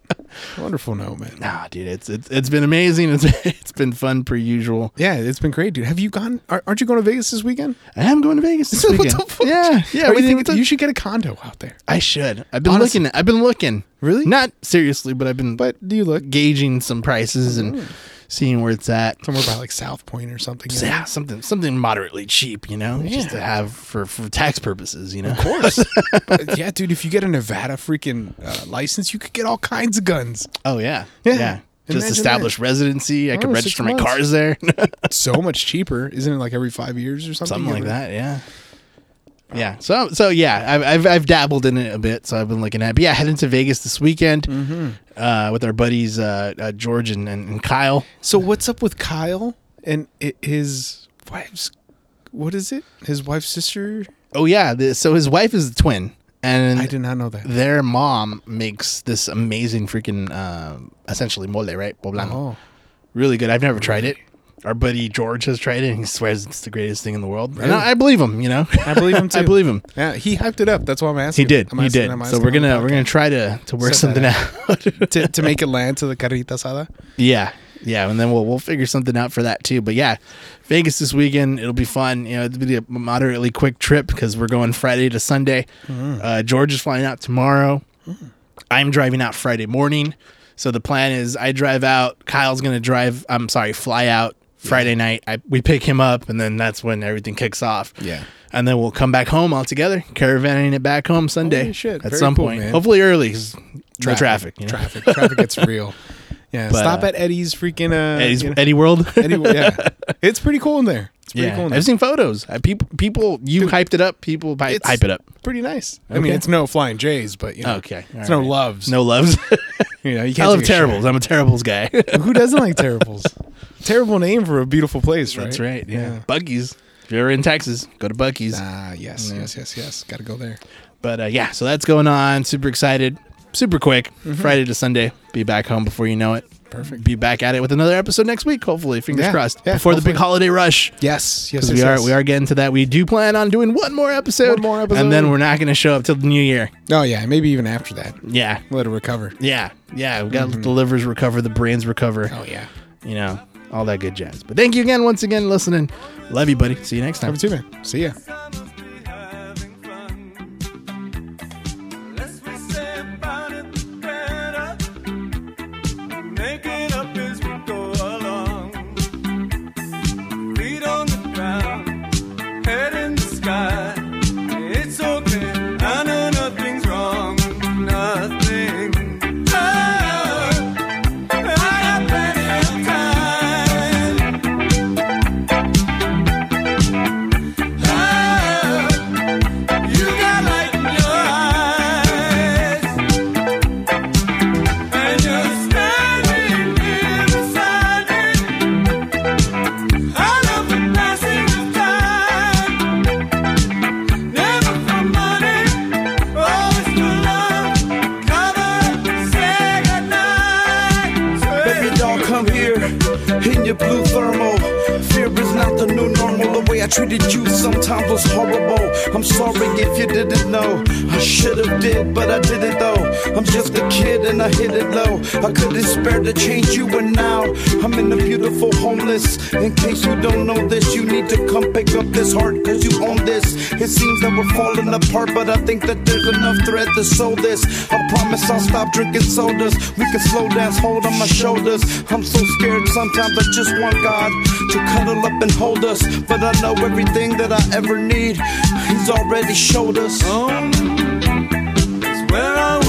wonderful note, man.
nah, dude, it's it's it's been amazing. It's it's been fun per usual.
Yeah, it's been great, dude. Have you gone? Are, aren't you going to Vegas this weekend?
I am going to Vegas this
What the
weekend.
fuck?
Yeah, yeah.
Are
we didn't
you, thinking-
get to-
you should get a condo out there.
I should. I've been
Honestly.
looking. I've been looking.
Really?
Not seriously, but I've been
But do you look
gauging some prices
Mm.
and seeing where it's at.
somewhere by like South Point or something? you know?
Yeah, something something moderately cheap, you know, just to have for for tax purposes, you know.
Of course. But yeah, dude, if you get a Nevada freaking uh, license, you could get all kinds of guns.
Oh yeah,
Yeah.
yeah.
Imagine
Just establish residency. I
Oh,
could
six
register my
months.
cars there,
It's so much cheaper, isn't it? Like every five years or something.
something like that. Yeah, yeah. So so yeah, I've, I've I've dabbled in it a bit. So I've been looking at. It. But yeah, heading to Vegas this weekend
Mm-hmm.
uh, with our buddies uh, uh, George and, and, and Kyle.
So what's up with Kyle and i- his wife's? What is it? His wife's sister?
Oh yeah, the, so his wife is a twin, and
I did not know that.
their mom makes this amazing freaking uh, essentially mole, right? Poblano.
Oh,
Really good. I've never tried it. our buddy George has tried it and he swears it's the greatest thing in the world. And I, I believe him, you know.
I believe him too.
I believe him.
Yeah, he hyped it up. That's why I'm asking.
He did.
I'm
he
asking-
did.
I'm
So
asking
we're
on the
gonna we're gonna try to to work
Set
something
that
out.
podcast. to, to make it land to the carita asada.
yeah, yeah, and then we'll we'll figure something out for that too. But yeah, Vegas this weekend it'll be fun. You know, it'll be a moderately quick trip because we're going Friday to Sunday.
Mm-hmm.
Uh, George is flying out tomorrow. I'm driving out Friday morning. So the plan is I drive out. Kyle's gonna drive. I'm sorry, fly out Friday night. I, we pick him up, and then that's when everything kicks off.
Yeah.
And then we'll come back home all together, caravanning it back home Sunday
Holy shit,
at
very
some
cool,
point.
man.
Hopefully early, 'cause no traffic. You know?
Traffic. Traffic gets real. Yeah.
But,
stop
uh,
at Eddie's freaking. Uh,
Eddie's,
you know-
Eddie World.
Eddie, yeah. It's pretty cool in there. It's pretty
yeah,
cool in there.
I've seen photos. I, people, people, you hyped it up. People hype,
It's
hype it up.
Pretty nice. I mean,
Okay.
it's no flying J's, but you know,
Okay,
it's
all
no
right.
loves.
No loves.
you know, you can't
I love
take a shit.
terribles. I'm a terribles guy.
Who doesn't like terribles? Terrible name for a beautiful place, right?
That's right. Yeah. Bucky's. If you're in Texas, go to Bucky's.
Ah, yes, yes, yes, yes. Got to go there.
But uh, yeah, so that's going on. Super excited. Super quick.
Mm-hmm.
Friday to Sunday. Be back home before you know it. Perfect. Be back at it with another episode next week. Hopefully, fingers
Yeah,
crossed.
yeah,
before the big
hopefully.
holiday rush.
Yes, yes,
Because we
yes.
are
yes.
we are getting to that. We do plan on doing one more episode,
One more episode.
and then we're not going to show up till the new year.
Oh yeah, maybe even after that.
Yeah,
Let it recover.
yeah, yeah. We
Mm-hmm.
got to let the livers recover, the brains recover.
Oh yeah.
You know, all that good jazz. But thank you again, once again, listening. Love you, buddy. See you next time.
Have a two man. See ya.
I must be having fun. Less we say about it, the better. Make it up as we go along. Feet on the ground, head in the sky. It's okay. I know nothing's wrong. Nothing. Oh, I have plenty of time. You got light in your eyes, and you're standing here beside me. Out of the passing of time, never for money, always for love. Cover, say goodnight,
Baby doll, come here in your blue thermal. Fear is not the new normal. The way I treated you sometimes was horrible. I'm sorry if you didn't know. I should have did, but I didn't though. I'm just a kid and I hit it low. I couldn't spare to change you, and now I'm in a beautiful homeless. In case you don't know this, you need to come pick up this heart, cause you own this. It seems that we're falling apart, but I think that there's enough thread to sew this. I promise I'll stop drinking sodas. We can slow dance, hold on my shoulders. I'm so scared sometimes I just want God to cuddle up and hold us. But I know everything that I ever need, He's already showed us.
home is where I